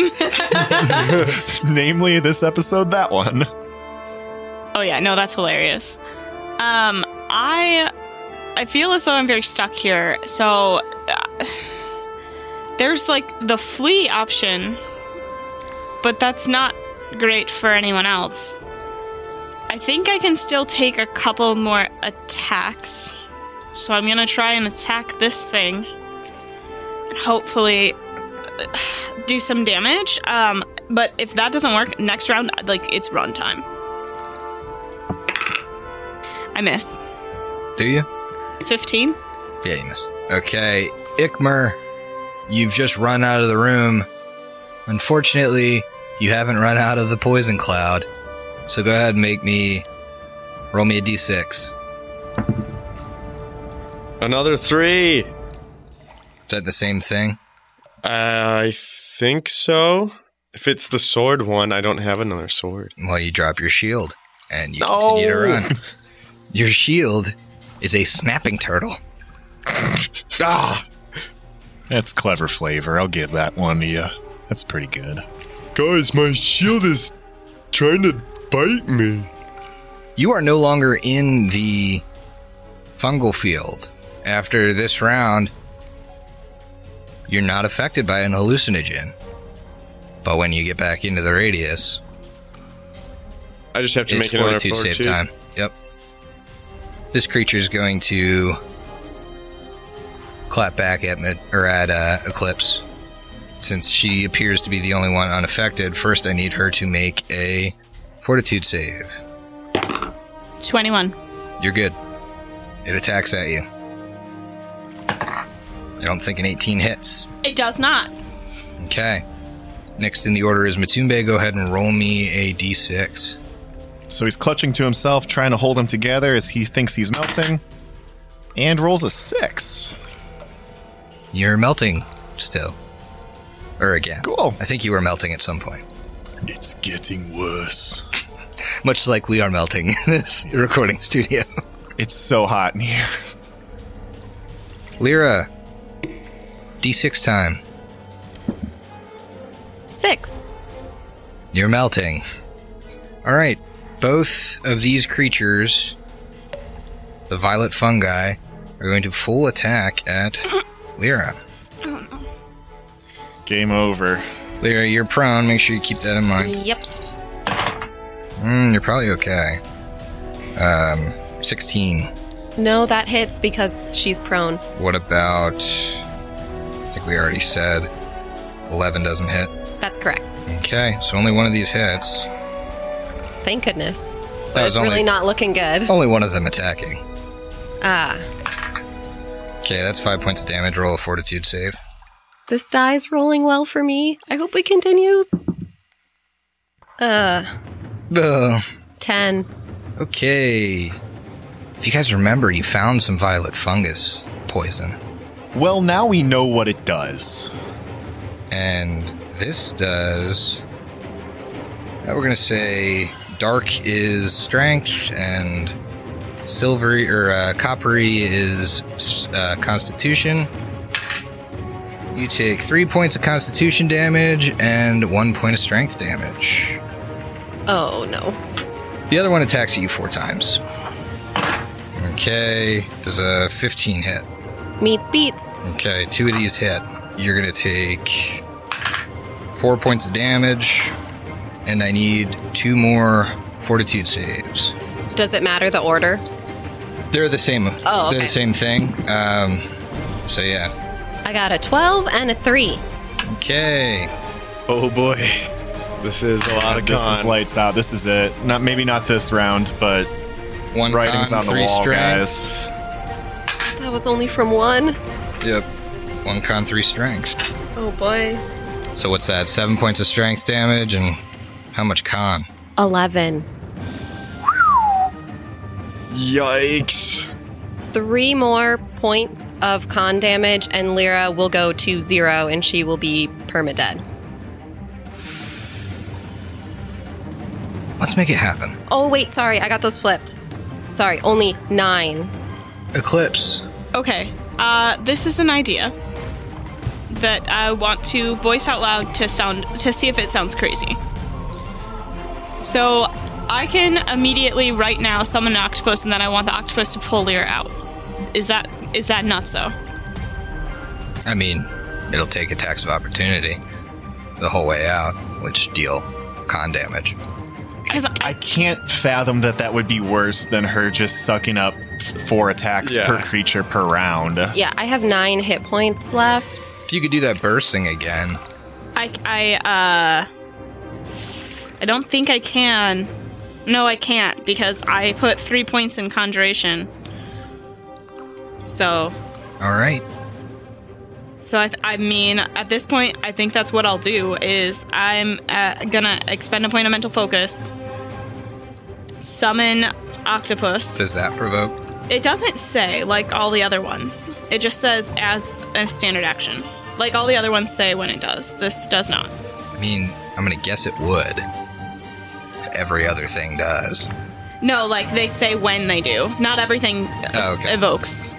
[SPEAKER 4] Namely, this episode, that one.
[SPEAKER 7] Oh yeah, no, that's hilarious. Um, I I feel as though I'm very stuck here. So uh, there's like the flee option, but that's not great for anyone else. I think I can still take a couple more attacks. So I'm gonna try and attack this thing, and hopefully uh, do some damage. Um, but if that doesn't work, next round like it's run time. I miss.
[SPEAKER 3] Do you?
[SPEAKER 7] 15?
[SPEAKER 3] Yeah, you miss. Okay, Ikmer, you've just run out of the room. Unfortunately, you haven't run out of the poison cloud. So go ahead and make me roll me a d6. Is
[SPEAKER 6] Another three.
[SPEAKER 3] that the same thing?
[SPEAKER 6] I think so. If it's the sword one, I don't have another sword.
[SPEAKER 3] Well, you drop your shield and you
[SPEAKER 6] No.
[SPEAKER 3] continue to run. Your shield is a snapping turtle.
[SPEAKER 6] Ah,
[SPEAKER 4] That's clever flavor. I'll give that one to you. That's pretty good.
[SPEAKER 5] Guys, my shield is trying to bite me.
[SPEAKER 3] You are no longer in the fungal field. After this round, you're not affected by an hallucinogen. But when you get back into the radius,
[SPEAKER 6] I just have to
[SPEAKER 3] it's
[SPEAKER 6] make another
[SPEAKER 3] fortitude
[SPEAKER 6] fortitude
[SPEAKER 3] save time. Yep. This creature is going to clap back at Mid- or at uh, Eclipse. Since she appears to be the only one unaffected, first I need her to make a fortitude save.
[SPEAKER 7] 21.
[SPEAKER 3] You're good. It attacks at you. I don't think an 18 hits.
[SPEAKER 7] It does not.
[SPEAKER 3] Okay. Next in the order is Matumbe. Go ahead and roll me a d6.
[SPEAKER 4] So he's clutching to himself, trying to hold him together as he thinks he's melting, and rolls a six.
[SPEAKER 3] You're melting still. Or again.
[SPEAKER 4] Cool.
[SPEAKER 3] I think you were melting at some point.
[SPEAKER 2] It's getting worse.
[SPEAKER 3] Much like we are melting in this recording studio.
[SPEAKER 4] It's so hot in here.
[SPEAKER 3] Lyra, d6 time.
[SPEAKER 1] Six.
[SPEAKER 3] You're melting. All right. Both of these creatures, the violet fungi, are going to full attack at Lyra.
[SPEAKER 4] Game over.
[SPEAKER 3] Lyra, you're prone. Make sure you keep that in mind.
[SPEAKER 1] Yep.
[SPEAKER 3] Mm, you're probably okay. Um, 16.
[SPEAKER 1] No, that hits because she's prone.
[SPEAKER 3] What about. I think we already said 11 doesn't hit.
[SPEAKER 1] That's correct.
[SPEAKER 3] Okay, so only one of these hits.
[SPEAKER 1] Thank goodness.
[SPEAKER 3] That
[SPEAKER 1] But it's
[SPEAKER 3] was only- Oh.
[SPEAKER 1] really not looking good.
[SPEAKER 3] Only one of them attacking.
[SPEAKER 1] Ah.
[SPEAKER 3] Okay, that's five points of damage. Roll a fortitude save.
[SPEAKER 1] This die's rolling well for me. I hope it continues. Uh,
[SPEAKER 3] Ugh.
[SPEAKER 1] 10.
[SPEAKER 3] Okay. If you guys remember, you found some violet fungus poison,
[SPEAKER 4] Well, now we know what it does.
[SPEAKER 3] and this does. uh, we're gonna say dark is strength, and silvery or uh, coppery is uh, constitution. You take three points of constitution damage and one point of strength damage.
[SPEAKER 1] Oh, no.
[SPEAKER 3] The other one attacks at you four times. Okay, does a 15 hit?
[SPEAKER 1] Meets beats.
[SPEAKER 3] Okay, two of these hit. You're gonna take four points of damage, and I need two more fortitude saves.
[SPEAKER 1] Does it matter the order?
[SPEAKER 3] They're the same.
[SPEAKER 1] Oh,
[SPEAKER 3] they're
[SPEAKER 1] okay.
[SPEAKER 3] the same thing. Um, so yeah.
[SPEAKER 1] I got a 12 and a 3.
[SPEAKER 3] Okay.
[SPEAKER 4] Oh boy.
[SPEAKER 6] This is a lot of
[SPEAKER 4] Ah, this is
[SPEAKER 6] con.
[SPEAKER 4] lights out. This is it. Not maybe not this round, but
[SPEAKER 3] One
[SPEAKER 4] writing's
[SPEAKER 3] con,
[SPEAKER 4] on the
[SPEAKER 3] three
[SPEAKER 4] wall,
[SPEAKER 3] strength.
[SPEAKER 4] guys.
[SPEAKER 1] That was only from one.
[SPEAKER 3] Yep. One con, three strength.
[SPEAKER 1] Oh, boy.
[SPEAKER 3] So what's that? Seven points of strength damage, and how much con?
[SPEAKER 1] 11.
[SPEAKER 6] Yikes.
[SPEAKER 1] Three more points of con damage, and Lyra will go to zero and she will be permadead.
[SPEAKER 3] Let's make it happen.
[SPEAKER 1] Oh, wait, sorry, I got those flipped. Sorry, only nine.
[SPEAKER 3] Eclipse.
[SPEAKER 7] Okay. Uh, this is an idea that I want to voice out loud to sound to see if it sounds crazy. So I can immediately right now summon an octopus, and then I want the octopus to pull Lear out. Is that is that not so?
[SPEAKER 3] I mean, it'll take attacks of opportunity the whole way out, which deal con damage.
[SPEAKER 7] Because
[SPEAKER 4] I can't fathom that that would be worse than her just sucking up f- four attacks
[SPEAKER 6] Yeah.
[SPEAKER 4] per creature per round.
[SPEAKER 1] Yeah, I have nine hit points left.
[SPEAKER 3] If you could do that bursting again,
[SPEAKER 7] I, I, uh, I don't think I can. No, I can't because I put three points in conjuration. So,
[SPEAKER 3] all right.
[SPEAKER 7] so I, th- I mean, at this point, I think that's what I'll do. Is I'm uh, gonna expend a point of mental focus, summon octopus.
[SPEAKER 3] Does that provoke?
[SPEAKER 7] It doesn't say like all the other ones. It just says as a standard action, like all the other ones say when it does. This does not.
[SPEAKER 3] I mean, I'm going to guess it would. If every other thing does.
[SPEAKER 7] No, like they say when they do. Not everything uh,
[SPEAKER 3] Oh, okay.
[SPEAKER 7] evokes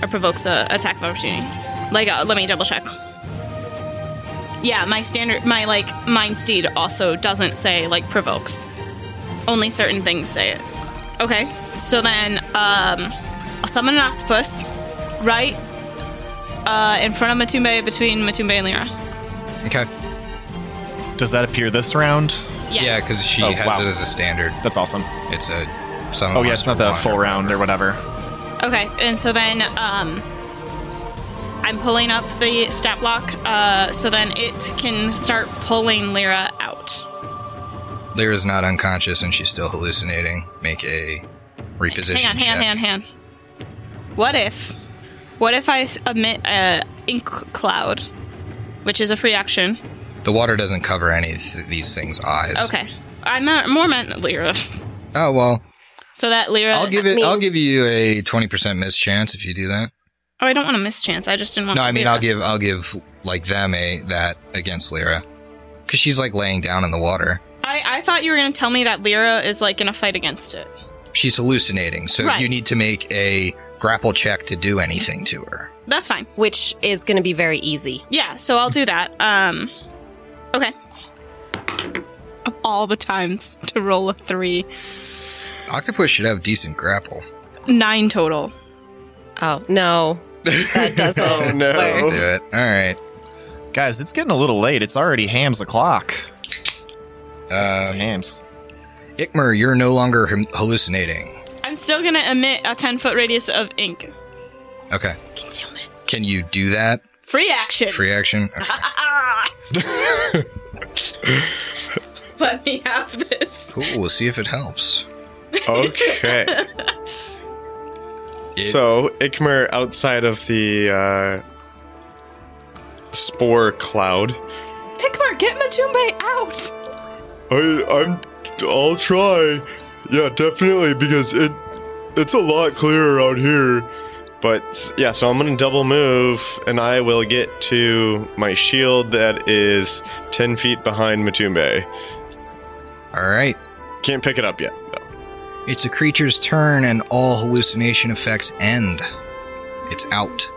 [SPEAKER 7] or provokes a attack of opportunity. Like, uh, let me double check. Yeah, my standard, my like mind steed also doesn't say like provokes. Only certain things say it. Okay, so then um, I'll summon an octopus right uh, in front of Matumbe, between Matumbe and Lyra.
[SPEAKER 3] Okay.
[SPEAKER 4] Does that appear this round?
[SPEAKER 3] Yeah, because she
[SPEAKER 4] Oh,
[SPEAKER 3] has
[SPEAKER 4] wow.
[SPEAKER 3] it as a standard.
[SPEAKER 4] That's awesome.
[SPEAKER 3] It's a. Some
[SPEAKER 4] Oh yeah, it's not the full round or whatever.
[SPEAKER 7] Okay, and so then um, I'm pulling up the stat block uh, so then it can start pulling Lyra out.
[SPEAKER 3] Lyra's not unconscious and she's still hallucinating. Make a reposition
[SPEAKER 7] Hang on,
[SPEAKER 3] check.
[SPEAKER 7] hang on, hang on, hang on. What if, what if I s- emit a ink cloud, which is a free action?
[SPEAKER 3] The water doesn't cover any of th- these things' eyes.
[SPEAKER 7] Okay, I'm not, more meant Lyra,
[SPEAKER 3] Oh well,
[SPEAKER 7] so that Lyra.
[SPEAKER 3] I'll give it.
[SPEAKER 1] mean-
[SPEAKER 3] I'll give you a twenty percent miss chance if you do that.
[SPEAKER 7] Oh, I don't want to miss chance. I just didn't want.
[SPEAKER 3] No, I mean I'll
[SPEAKER 7] Lyra.
[SPEAKER 3] give. I'll give like them a that against Lyra because she's like laying down in the water.
[SPEAKER 7] I, I thought you were gonna tell me that Lyra is like gonna fight against it.
[SPEAKER 3] She's hallucinating, so
[SPEAKER 7] Right.
[SPEAKER 3] you need to make a grapple check to do anything to her.
[SPEAKER 7] That's fine.
[SPEAKER 1] which is going to be very easy.
[SPEAKER 7] Yeah, so I'll do that. Um, okay. Of all the times to roll a three,
[SPEAKER 3] Octopus should have decent grapple.
[SPEAKER 7] nine total.
[SPEAKER 1] Oh, no. That doesn't.
[SPEAKER 6] Oh, no.
[SPEAKER 3] Do
[SPEAKER 1] work.
[SPEAKER 3] it. All right.
[SPEAKER 4] Guys, it's getting a little late. It's already hams o'clock. It's
[SPEAKER 3] Uh,
[SPEAKER 4] hams.
[SPEAKER 3] Ikmer, you're no longer hum- hallucinating.
[SPEAKER 7] I'm still gonna emit a ten foot radius of ink.
[SPEAKER 3] Okay.
[SPEAKER 7] Consume it.
[SPEAKER 3] Can you do that?
[SPEAKER 7] Free action.
[SPEAKER 3] Free action? Okay.
[SPEAKER 7] Let me have this.
[SPEAKER 3] Cool. We'll see if it helps.
[SPEAKER 6] Okay.
[SPEAKER 3] It-
[SPEAKER 6] so Ikmer outside of the uh, spore cloud.
[SPEAKER 7] Ikmar, get Matumbe out.
[SPEAKER 5] I I'm I'll try. Yeah, definitely because it it's a lot clearer out here.
[SPEAKER 6] But yeah, so I'm gonna double move, and I will get to my shield that is ten feet behind Matumbe.
[SPEAKER 3] All right.
[SPEAKER 6] Can't pick it up yet. though.
[SPEAKER 3] It's a creature's turn and all hallucination effects end. It's out.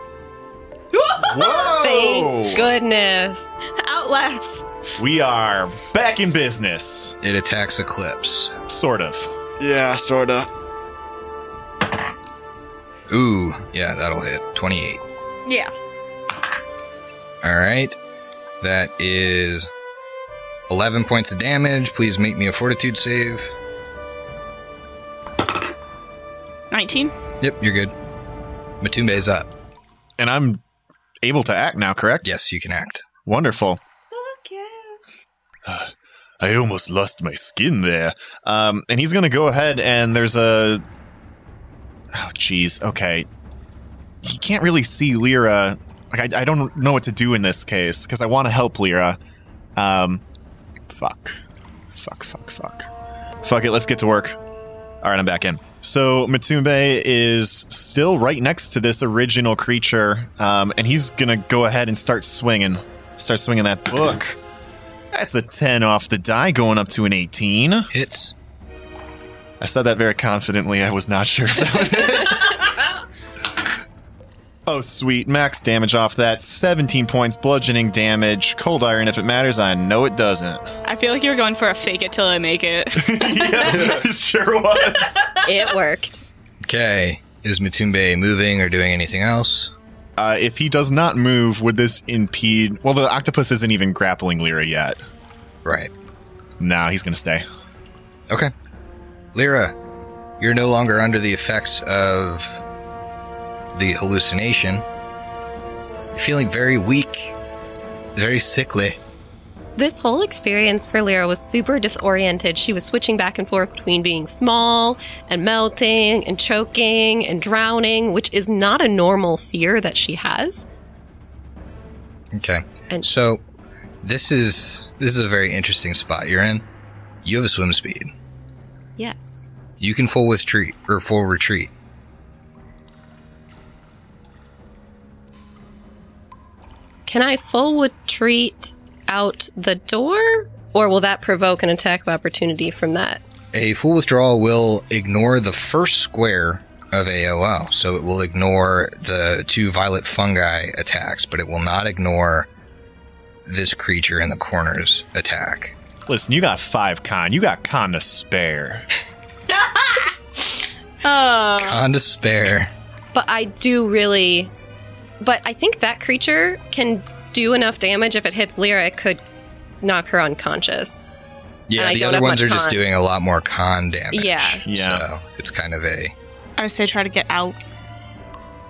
[SPEAKER 6] Oh.
[SPEAKER 1] Thank goodness.
[SPEAKER 7] Outlast.
[SPEAKER 4] We are back in business.
[SPEAKER 3] It attacks Eclipse.
[SPEAKER 4] Sort of.
[SPEAKER 6] Yeah, sorta.
[SPEAKER 3] Ooh, yeah, that'll hit. 28.
[SPEAKER 7] Yeah.
[SPEAKER 3] All right. That is 11 points of damage. Please make me a fortitude save.
[SPEAKER 7] Nineteen.
[SPEAKER 3] Yep, you're good. Matumbe's up.
[SPEAKER 4] And I'm able to act now, correct?
[SPEAKER 3] Yes, you can act.
[SPEAKER 4] Wonderful.
[SPEAKER 7] Okay.
[SPEAKER 4] I almost lost my skin there. Um, and he's gonna go ahead and there's a. Oh, jeez. Okay. He can't really see Lyra. Like, I, I don't know what to do in this case because I want to help Lyra. Um, fuck. Fuck, fuck, fuck. Fuck it, let's get to work. All right, I'm back in. So Matumbe is still right next to this original creature, um, and he's gonna go ahead and start swinging. Start swinging that book. That's a 10 off the die, going up to an 18.
[SPEAKER 3] Hits.
[SPEAKER 4] I said that very confidently. I was not sure if that would Oh, sweet. Max damage off that. 17 points, bludgeoning damage. Cold iron, if it matters, I know it doesn't.
[SPEAKER 7] I feel like you were going for a fake it till I make it.
[SPEAKER 4] yeah, it sure was.
[SPEAKER 1] It worked.
[SPEAKER 3] Okay. Is Matumbe moving or doing anything else?
[SPEAKER 4] Uh, if he does not move, would this impede? Well, the octopus isn't even grappling Lyra yet.
[SPEAKER 3] Right.
[SPEAKER 4] Nah, he's going to stay.
[SPEAKER 3] Okay. Lyra, you're no longer under the effects of the hallucination. You're feeling very weak, very sickly.
[SPEAKER 1] This whole experience for Lyra was super disoriented. She was switching back and forth between being small and melting and choking and drowning, which is not a normal fear that she has.
[SPEAKER 3] Okay.
[SPEAKER 1] And-
[SPEAKER 3] so this is this is a very interesting spot you're in. You have a swim speed.
[SPEAKER 1] Yes.
[SPEAKER 3] You can full retreat or full retreat.
[SPEAKER 1] Can I full retreat out the door? Or will that provoke an attack of opportunity from that?
[SPEAKER 3] A full withdrawal will ignore the first square of AOL, so it will ignore the two violet fungi attacks, but it will not ignore this creature in the corner's attack.
[SPEAKER 4] Listen, you got five con. You got con to spare.
[SPEAKER 1] Uh,
[SPEAKER 7] Oh.
[SPEAKER 3] On despair.
[SPEAKER 1] But I do really. But I think that creature can do enough damage if it hits Lyra, it could knock her unconscious. And
[SPEAKER 3] Yeah,
[SPEAKER 1] I
[SPEAKER 3] the
[SPEAKER 1] don't
[SPEAKER 3] other
[SPEAKER 1] have
[SPEAKER 3] ones are
[SPEAKER 1] much
[SPEAKER 3] just
[SPEAKER 1] con.
[SPEAKER 3] doing a lot more con damage.
[SPEAKER 1] Yeah.
[SPEAKER 4] Yeah.
[SPEAKER 3] So it's kind of a
[SPEAKER 7] I would say try to get out,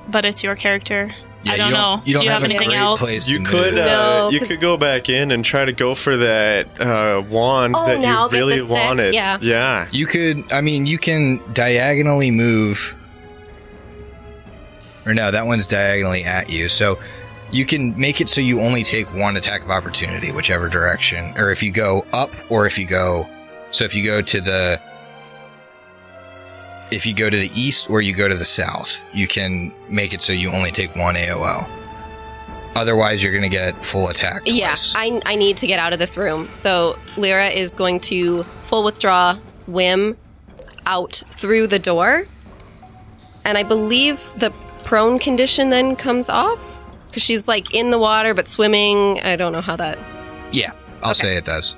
[SPEAKER 7] but it's your character.
[SPEAKER 3] Yeah,
[SPEAKER 7] I don't
[SPEAKER 3] you
[SPEAKER 7] know.
[SPEAKER 3] You don't
[SPEAKER 7] Do you
[SPEAKER 3] have,
[SPEAKER 7] have
[SPEAKER 3] a
[SPEAKER 7] anything
[SPEAKER 3] great
[SPEAKER 7] else?
[SPEAKER 3] place
[SPEAKER 6] You
[SPEAKER 3] to
[SPEAKER 6] could
[SPEAKER 3] move.
[SPEAKER 6] uh,
[SPEAKER 1] No,
[SPEAKER 6] you
[SPEAKER 1] 'cause-
[SPEAKER 6] could go back in and try to go for that uh, wand
[SPEAKER 1] Oh,
[SPEAKER 6] that
[SPEAKER 1] now
[SPEAKER 6] you
[SPEAKER 1] that
[SPEAKER 6] really
[SPEAKER 1] the sec-
[SPEAKER 6] wanted.
[SPEAKER 1] yeah.
[SPEAKER 6] yeah.
[SPEAKER 3] You could, I mean, you can diagonally move. Or no, that one's diagonally at you. So you can make it so you only take one attack of opportunity, whichever direction. Or if you go up, or if you go. So if you go to the. If you go to the east or you go to the south, you can make it so you only take one AOL. Otherwise, you're going to get full attack.
[SPEAKER 1] Yeah,
[SPEAKER 3] twice.
[SPEAKER 1] I, I need to get out of this room. So Lyra is going to full withdraw, swim out through the door. And I believe the prone condition then comes off because she's like in the water but swimming. I don't know how that.
[SPEAKER 3] I'll say it does.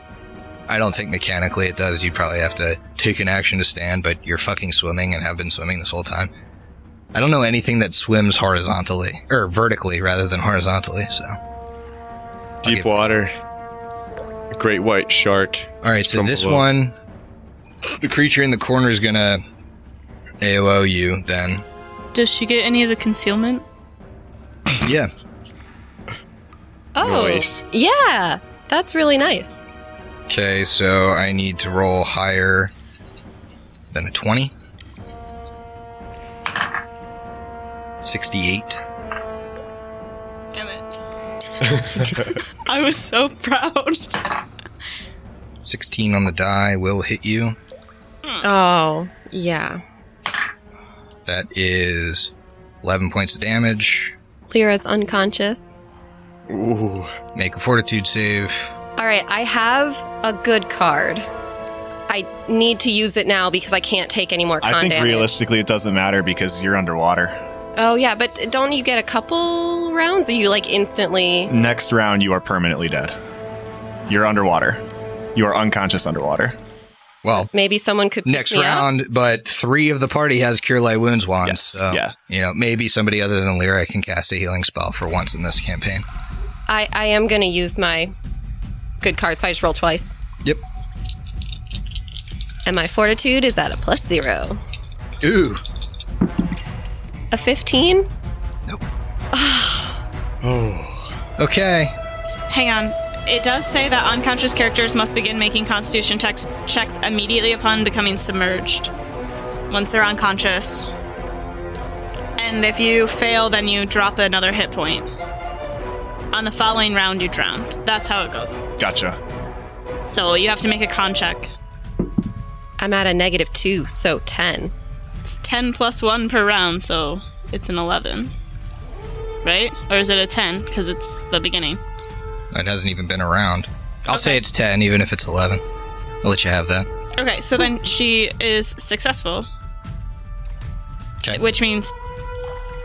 [SPEAKER 3] I don't think mechanically it does. You'd probably have to take an action to stand, but you're fucking swimming and have been swimming this whole time. I don't know anything that swims horizontally or vertically rather than horizontally. So,
[SPEAKER 6] Deep
[SPEAKER 3] give it to-
[SPEAKER 6] water. A great white shark.
[SPEAKER 3] all right. So
[SPEAKER 6] From
[SPEAKER 3] this
[SPEAKER 6] below.
[SPEAKER 3] one, the creature in the corner is gonna AOO you. Then,
[SPEAKER 7] Does she get any of the concealment?
[SPEAKER 3] yeah,
[SPEAKER 1] Oh,
[SPEAKER 6] Nice.
[SPEAKER 1] yeah, that's really nice.
[SPEAKER 3] Okay, so I need to roll higher than a 20. 68.
[SPEAKER 7] Damn it. I was so proud.
[SPEAKER 3] 16 on the die will hit you.
[SPEAKER 1] Oh, yeah.
[SPEAKER 3] That is 11 points of damage.
[SPEAKER 1] Lyra's unconscious.
[SPEAKER 6] Ooh.
[SPEAKER 3] Make a fortitude save.
[SPEAKER 1] All right, I have a good card. I need to use it now because I can't take any more con
[SPEAKER 4] I think
[SPEAKER 1] damage.
[SPEAKER 4] realistically it doesn't matter because you're underwater.
[SPEAKER 1] Oh yeah, but don't you get a couple rounds? Or you like instantly?
[SPEAKER 4] Next round, you are permanently dead. You're underwater. You are unconscious underwater.
[SPEAKER 3] Well,
[SPEAKER 1] Maybe someone could pick
[SPEAKER 3] next
[SPEAKER 1] me up?
[SPEAKER 3] round, but three of the party has Cure Light Wounds wands.
[SPEAKER 4] Yes,
[SPEAKER 3] so,
[SPEAKER 4] yeah.
[SPEAKER 3] you know, maybe somebody other than Lyra can cast a healing spell for once in this campaign.
[SPEAKER 1] I I am gonna use my good card, so I just roll twice,
[SPEAKER 3] Yep.
[SPEAKER 1] and my fortitude is at a plus zero,
[SPEAKER 3] Ooh.
[SPEAKER 1] a fifteen.
[SPEAKER 3] Okay.
[SPEAKER 7] Hang on. It does say that unconscious characters must begin making constitution tex- checks immediately upon becoming submerged. Once they're unconscious. And if you fail, then you drop another hit point. On the following round, you drowned. That's how it goes.
[SPEAKER 4] Gotcha.
[SPEAKER 7] So you have to make a con check.
[SPEAKER 1] I'm at a negative two, so ten.
[SPEAKER 7] It's 10 plus 1 per round, so it's an 11. Right? Or is it a 10? Because it's the beginning.
[SPEAKER 3] It hasn't even been around. I'll say it's 10, even if it's 11. I'll let you have that.
[SPEAKER 7] Okay, so then she is successful.
[SPEAKER 3] 'Kay.
[SPEAKER 7] Which means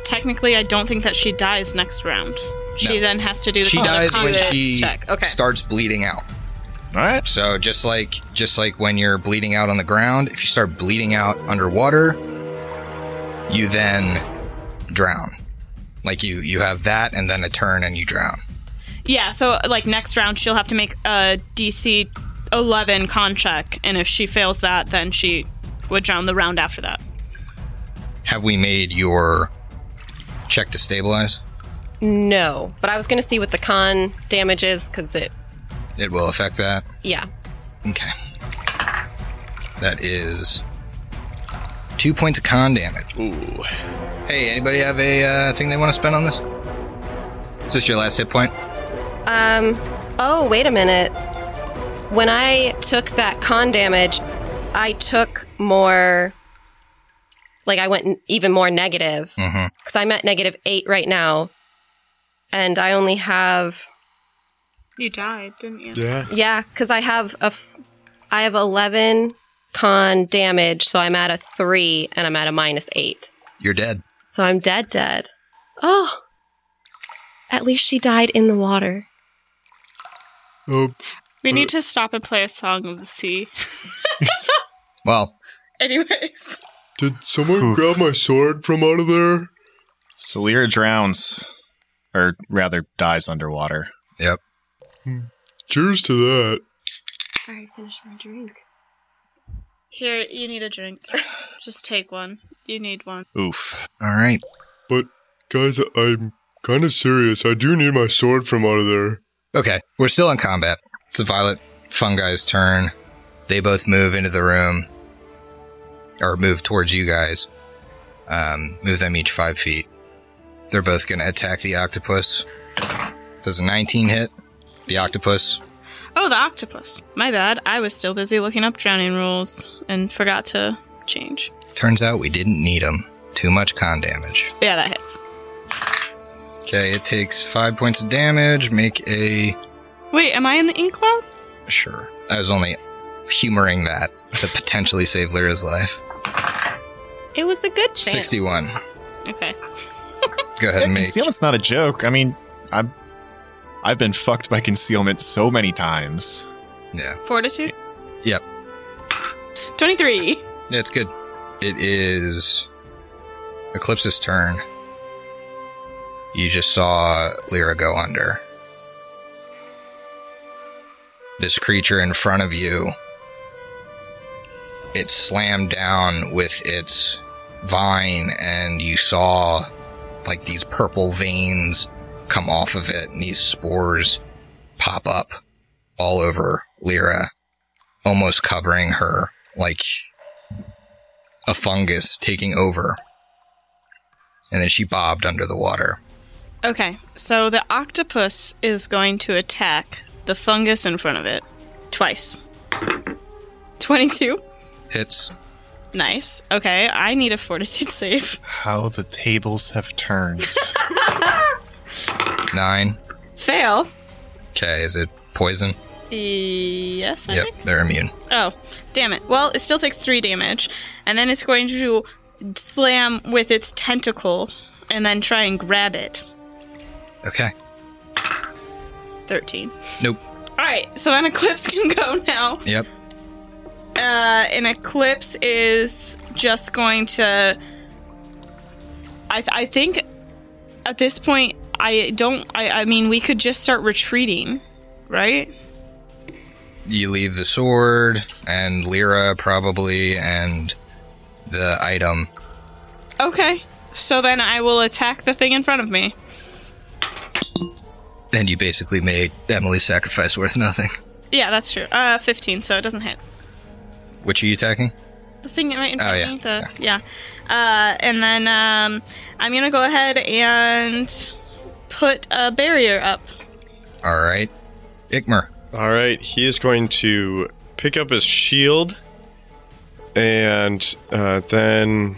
[SPEAKER 7] technically I don't think that she dies next round. She
[SPEAKER 3] No.
[SPEAKER 7] then has to do Oh, the
[SPEAKER 3] She dies when
[SPEAKER 7] conduit
[SPEAKER 3] she
[SPEAKER 7] check. Okay.
[SPEAKER 3] starts bleeding out.
[SPEAKER 4] All right.
[SPEAKER 3] So just like just like when you're bleeding out on the ground, if you start bleeding out underwater, you then drown. Like you you have that and then a turn and you drown.
[SPEAKER 7] Yeah, so like next round she'll have to make a DC 11 con check and if she fails that then she would drown the round after that.
[SPEAKER 3] Have we made your check to stabilize?
[SPEAKER 1] No, but I was gonna see what the con damage is because it.
[SPEAKER 3] It will affect that.
[SPEAKER 1] Yeah.
[SPEAKER 3] Okay. That is two points of con damage. Ooh. Hey, anybody have a uh, thing they want to spend on this? Is this your last hit point?
[SPEAKER 1] Um. Oh wait a minute. When I took that con damage, I took more. Like I went n- even more negative.
[SPEAKER 3] Mm-hmm.
[SPEAKER 1] because I'm at negative eight right now, and I only have
[SPEAKER 7] You died, didn't you?
[SPEAKER 5] Yeah.
[SPEAKER 1] yeah, because I have a f- I have eleven con damage, so I'm at a three and I'm at a minus eight,
[SPEAKER 3] You're dead.
[SPEAKER 1] so I'm dead dead. Oh, at least she died in the water.
[SPEAKER 5] Oh,
[SPEAKER 7] We need to stop and play a song of the sea.
[SPEAKER 3] Well,
[SPEAKER 7] Anyways.
[SPEAKER 5] did someone grab my sword from out of there?
[SPEAKER 4] Solira drowns, or rather dies underwater.
[SPEAKER 3] yep.
[SPEAKER 5] Cheers to that.
[SPEAKER 7] Here, you need a drink. Just take one. You need one.
[SPEAKER 4] Oof.
[SPEAKER 3] All right.
[SPEAKER 5] But guys, I'm kind of serious. I do need my sword from out of there.
[SPEAKER 3] Okay, we're still in combat. It's a violet fungi's turn. They both move into the room, or move towards you guys. Um, move them each five feet. They're both going to attack the octopus. Does a 19 hit? The octopus.
[SPEAKER 7] Oh, the octopus. My bad. I was still busy looking up drowning rules and forgot to change.
[SPEAKER 3] Turns out we didn't need them. Too much con damage.
[SPEAKER 7] Yeah, that hits.
[SPEAKER 3] Okay, it takes five points of damage. Make a
[SPEAKER 7] Wait, am I in the ink cloud?
[SPEAKER 3] Sure. I was only humoring that to potentially save Lyra's life.
[SPEAKER 1] It was a good chance.
[SPEAKER 3] 61.
[SPEAKER 7] Okay.
[SPEAKER 3] Go ahead
[SPEAKER 4] Yeah,
[SPEAKER 3] and make.
[SPEAKER 4] concealment's not a joke. I mean, I'm I've been fucked by concealment so many times.
[SPEAKER 3] Yeah,
[SPEAKER 7] Fortitude?
[SPEAKER 3] Yep.
[SPEAKER 7] 23.
[SPEAKER 3] it's good. It is Eclipse's turn. You just saw Lyra go under. This creature in front of you. It slammed down with its vine, and you saw like these purple veins come off of it, and these spores pop up all over Lyra, almost covering her like a fungus taking over. And then she bobbed under the water.
[SPEAKER 7] Okay, so the octopus is going to attack the fungus in front of it twice. 22.
[SPEAKER 3] Hits.
[SPEAKER 7] Nice. Okay, I need a fortitude save.
[SPEAKER 4] How the tables have turned.
[SPEAKER 3] Nine.
[SPEAKER 7] Fail.
[SPEAKER 3] Okay, is it poison?
[SPEAKER 7] Yes, I
[SPEAKER 3] Yep,
[SPEAKER 7] think.
[SPEAKER 3] they're immune.
[SPEAKER 7] Oh, damn it. Well, it still takes three damage, and then it's going to slam with its tentacle and then try and grab it.
[SPEAKER 3] Okay.
[SPEAKER 7] 13.
[SPEAKER 3] Nope.
[SPEAKER 7] All right, so then Eclipse can go now.
[SPEAKER 3] Yep.
[SPEAKER 7] Uh, an Eclipse is just going to. I, I think at this point, I don't. I, I mean, we could just start retreating, right?
[SPEAKER 3] You leave the sword and Lyra probably and the item.
[SPEAKER 7] Okay. So then I will attack the thing in front of me.
[SPEAKER 3] And you basically made Emily's sacrifice worth nothing.
[SPEAKER 7] Yeah, that's true. Uh, 15, so it doesn't hit.
[SPEAKER 3] Which are you attacking?
[SPEAKER 7] The thing right in
[SPEAKER 3] Oh,
[SPEAKER 7] front
[SPEAKER 3] yeah.
[SPEAKER 7] of me. The, yeah. Uh, and then um, I'm going to go ahead and put a barrier up.
[SPEAKER 3] All right. Ikmer.
[SPEAKER 6] All right, he is going to pick up his shield, and uh, then,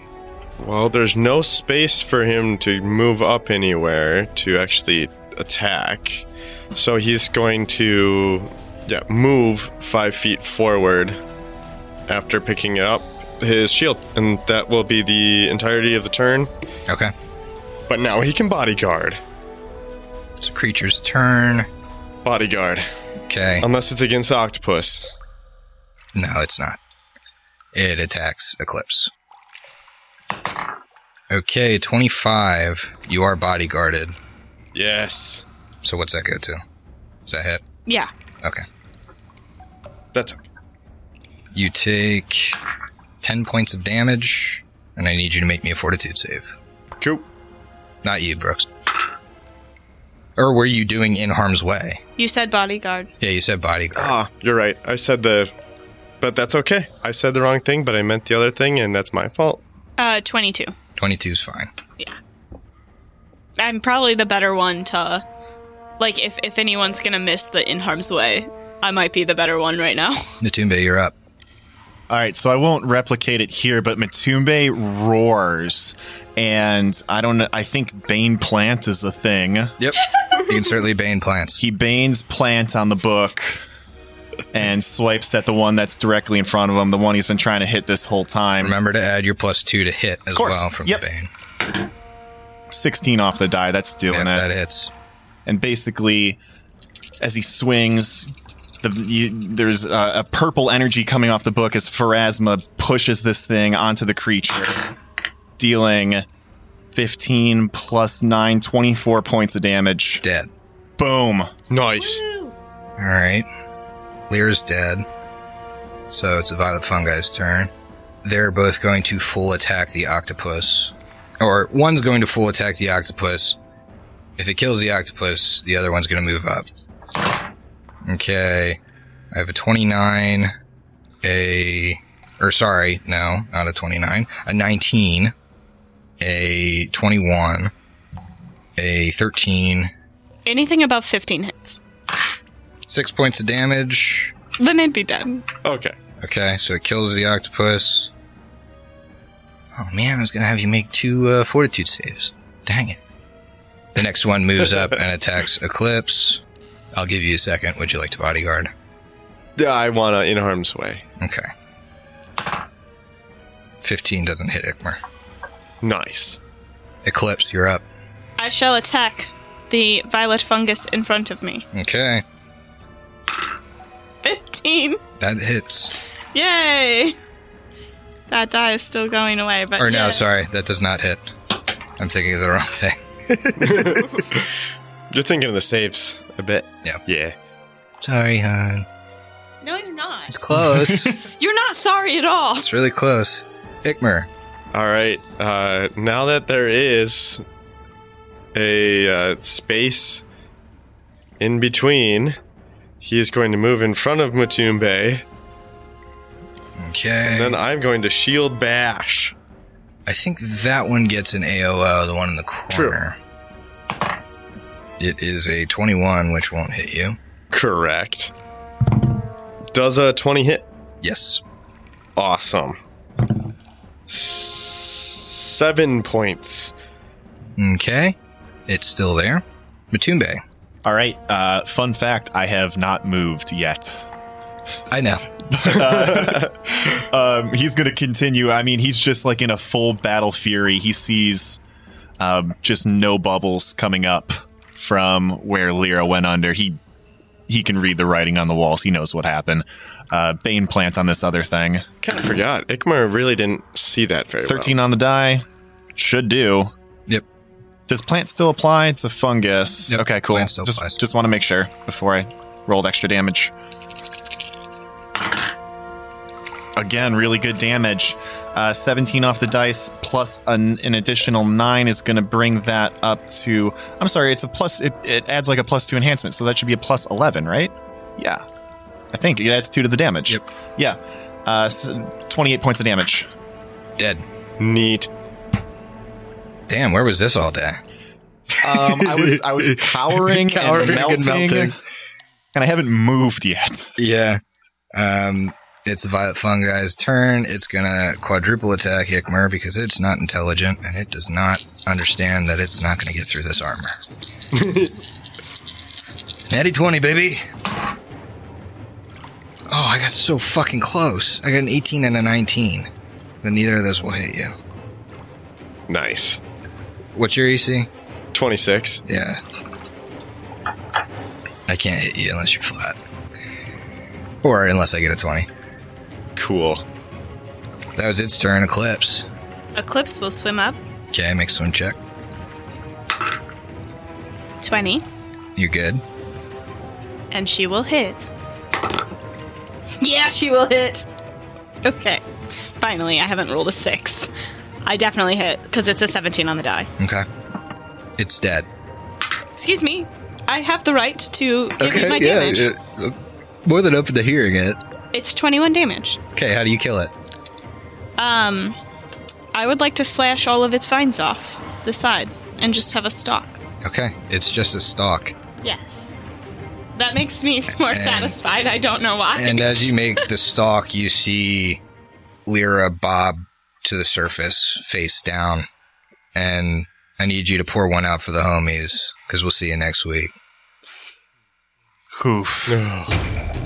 [SPEAKER 6] well, there's no space for him to move up anywhere to actually attack. So he's going to, yeah, move five feet forward after picking up his shield, and that will be the entirety of the turn.
[SPEAKER 3] Okay.
[SPEAKER 6] But now he can bodyguard.
[SPEAKER 3] It's a creature's turn.
[SPEAKER 6] Bodyguard,
[SPEAKER 3] Okay.
[SPEAKER 6] unless it's against octopus.
[SPEAKER 3] No, it's not. It attacks Eclipse. Okay, 25. You are bodyguarded.
[SPEAKER 6] Yes,
[SPEAKER 3] So what's that go to? Is that hit?
[SPEAKER 7] Yeah.
[SPEAKER 3] Okay.
[SPEAKER 6] that's okay.
[SPEAKER 3] You take 10 points of damage, and I need you to make me a fortitude save.
[SPEAKER 6] Cool.
[SPEAKER 3] Not you, Brooks. Or were you doing in harm's way?
[SPEAKER 7] You said bodyguard.
[SPEAKER 3] Yeah, you said bodyguard.
[SPEAKER 6] Ah, you're right. I said the, but that's okay. I said the wrong thing, but I meant the other thing, and that's my fault.
[SPEAKER 7] Uh, 22.
[SPEAKER 3] 22's fine.
[SPEAKER 7] Yeah. I'm probably the better one to. Like, if, if anyone's going to miss the in harm's way, I might be the better one right now.
[SPEAKER 3] Natumbe, you're up.
[SPEAKER 4] All right, so I won't replicate it here, but Matumbe roars, and I don't. know- I think Bane Plant is a thing.
[SPEAKER 3] Yep. you can certainly bane plants.
[SPEAKER 4] He banes Plant on the book, and swipes at the one that's directly in front of him, the one he's been trying to hit this whole time.
[SPEAKER 3] Remember to add your plus two to hit as
[SPEAKER 4] course.
[SPEAKER 3] well from
[SPEAKER 4] Yep.
[SPEAKER 3] the bane.
[SPEAKER 4] Sixteen off the die. That's doing
[SPEAKER 3] Yeah,
[SPEAKER 4] it.
[SPEAKER 3] that hits.
[SPEAKER 4] and basically as he swings the, you, there's a, a purple energy coming off the book as Pharasma pushes this thing onto the creature dealing 15 plus 9 24 points of damage
[SPEAKER 3] Dead.
[SPEAKER 4] boom
[SPEAKER 6] Nice.
[SPEAKER 3] All right. Lear's dead. So it's the Violet Fungi's turn. They're both going to full attack the octopus. Or one's going to full attack the octopus. If it kills the octopus, the other one's going to move up. Okay. I have a 29, a. Or sorry, no, not a 29. A 19, a 21, a 13,
[SPEAKER 7] Anything above 15 hits.
[SPEAKER 3] six points of damage.
[SPEAKER 7] Then it'd be dead.
[SPEAKER 6] Okay.
[SPEAKER 3] Okay, so it kills the octopus. Oh man, I was gonna have you make two uh, fortitude saves. Dang it. The next one moves up and attacks Eclipse. I'll give you a second. Would you like to bodyguard?
[SPEAKER 6] Yeah, I want to in harm's way.
[SPEAKER 3] Okay. 15 doesn't hit Ikmer.
[SPEAKER 6] Nice.
[SPEAKER 3] Eclipse, you're up.
[SPEAKER 7] I shall attack the violet fungus in front of me.
[SPEAKER 3] Okay,
[SPEAKER 7] 15.
[SPEAKER 3] that hits.
[SPEAKER 7] Yay! That die is still going away, but.
[SPEAKER 3] Or no,
[SPEAKER 7] yeah.
[SPEAKER 3] sorry, that does not hit. I'm thinking of the wrong thing.
[SPEAKER 6] You're thinking of the saves a bit.
[SPEAKER 3] Yeah.
[SPEAKER 6] Yeah.
[SPEAKER 3] Sorry, hon.
[SPEAKER 7] No, you're not.
[SPEAKER 3] It's close.
[SPEAKER 7] You're not sorry at all.
[SPEAKER 3] it's really close. Ikmer,
[SPEAKER 6] All right. Uh, now that there is a uh, space in between, he is going to move in front of Matumbe,
[SPEAKER 3] okay.
[SPEAKER 6] and then I'm going to shield bash.
[SPEAKER 3] I think that one gets an AOO, the one in the corner. It is a 21, which won't hit you.
[SPEAKER 6] Correct. Does a 20 hit?
[SPEAKER 3] Yes.
[SPEAKER 6] Awesome. S- seven points.
[SPEAKER 3] Okay. It's still there. Matumbe.
[SPEAKER 4] All right. Uh, fun fact I have not moved yet.
[SPEAKER 3] I know.
[SPEAKER 4] um, he's going to continue. I mean, he's just like in a full battle fury. He sees um, just no bubbles coming up from where Lyra went under. He he can read the writing on the walls. He knows what happened. Uh, Bane plants on this other thing.
[SPEAKER 6] Kind of forgot. Ikmar really didn't see that very well.
[SPEAKER 4] Thirteen on the die should do.
[SPEAKER 3] Yep.
[SPEAKER 4] Does plant still apply? It's a fungus.
[SPEAKER 3] Yep,
[SPEAKER 4] okay, cool.
[SPEAKER 3] plant still
[SPEAKER 4] just
[SPEAKER 3] applies.
[SPEAKER 4] just want to make sure before I rolled extra damage. Again, really good damage. Uh, 17 off the dice plus an, an additional 9 is going to bring that up to. I'm sorry, it's a plus. It, it adds like a plus 2 enhancement, so that should be a plus 11, right? Yeah. I think it adds 2 to the damage.
[SPEAKER 3] Yep.
[SPEAKER 4] Yeah. Uh, s- 28 points of damage.
[SPEAKER 3] Dead.
[SPEAKER 6] Neat.
[SPEAKER 3] Damn, where was this all day?
[SPEAKER 4] Um, I was I was cowering,
[SPEAKER 3] Cowering
[SPEAKER 4] and,
[SPEAKER 3] and
[SPEAKER 4] melting, and
[SPEAKER 3] melting.
[SPEAKER 4] I haven't moved yet.
[SPEAKER 3] Yeah. Um, it's Violet Fungi's turn. It's going to quadruple attack Ikmer because it's not intelligent and it does not understand that it's not going to get through this armor. Natty 20, baby. Oh, I got so fucking close. I got an 18 and a 19. Then neither of those will hit you.
[SPEAKER 6] Nice.
[SPEAKER 3] What's your EC?
[SPEAKER 6] 26.
[SPEAKER 3] Yeah. I can't hit you unless you're flat. Or unless I get a 20.
[SPEAKER 6] Cool.
[SPEAKER 3] That was its turn. Eclipse.
[SPEAKER 7] Eclipse will swim up.
[SPEAKER 3] Okay, make swim check.
[SPEAKER 7] 20.
[SPEAKER 3] You good?
[SPEAKER 7] And she will hit. Yeah, she will hit. Okay. Finally, I haven't rolled a six. I definitely hit because it's a 17 on the die.
[SPEAKER 3] Okay. It's dead.
[SPEAKER 7] Excuse me. I have the right to give you my damage.
[SPEAKER 3] uh, more than open to hearing it.
[SPEAKER 7] It's 21 damage.
[SPEAKER 3] Okay, how do you kill it?
[SPEAKER 7] Um, I would like to slash all of its vines off the side and just have a stalk.
[SPEAKER 3] Okay, it's just a stalk.
[SPEAKER 7] Yes. That makes me more
[SPEAKER 3] And-
[SPEAKER 7] satisfied. I don't know why.
[SPEAKER 3] And uh, as you make the stalk, you see Lyra bob to the surface, face down. And I need you to pour one out for the homies because we'll see you next week.
[SPEAKER 4] Oof.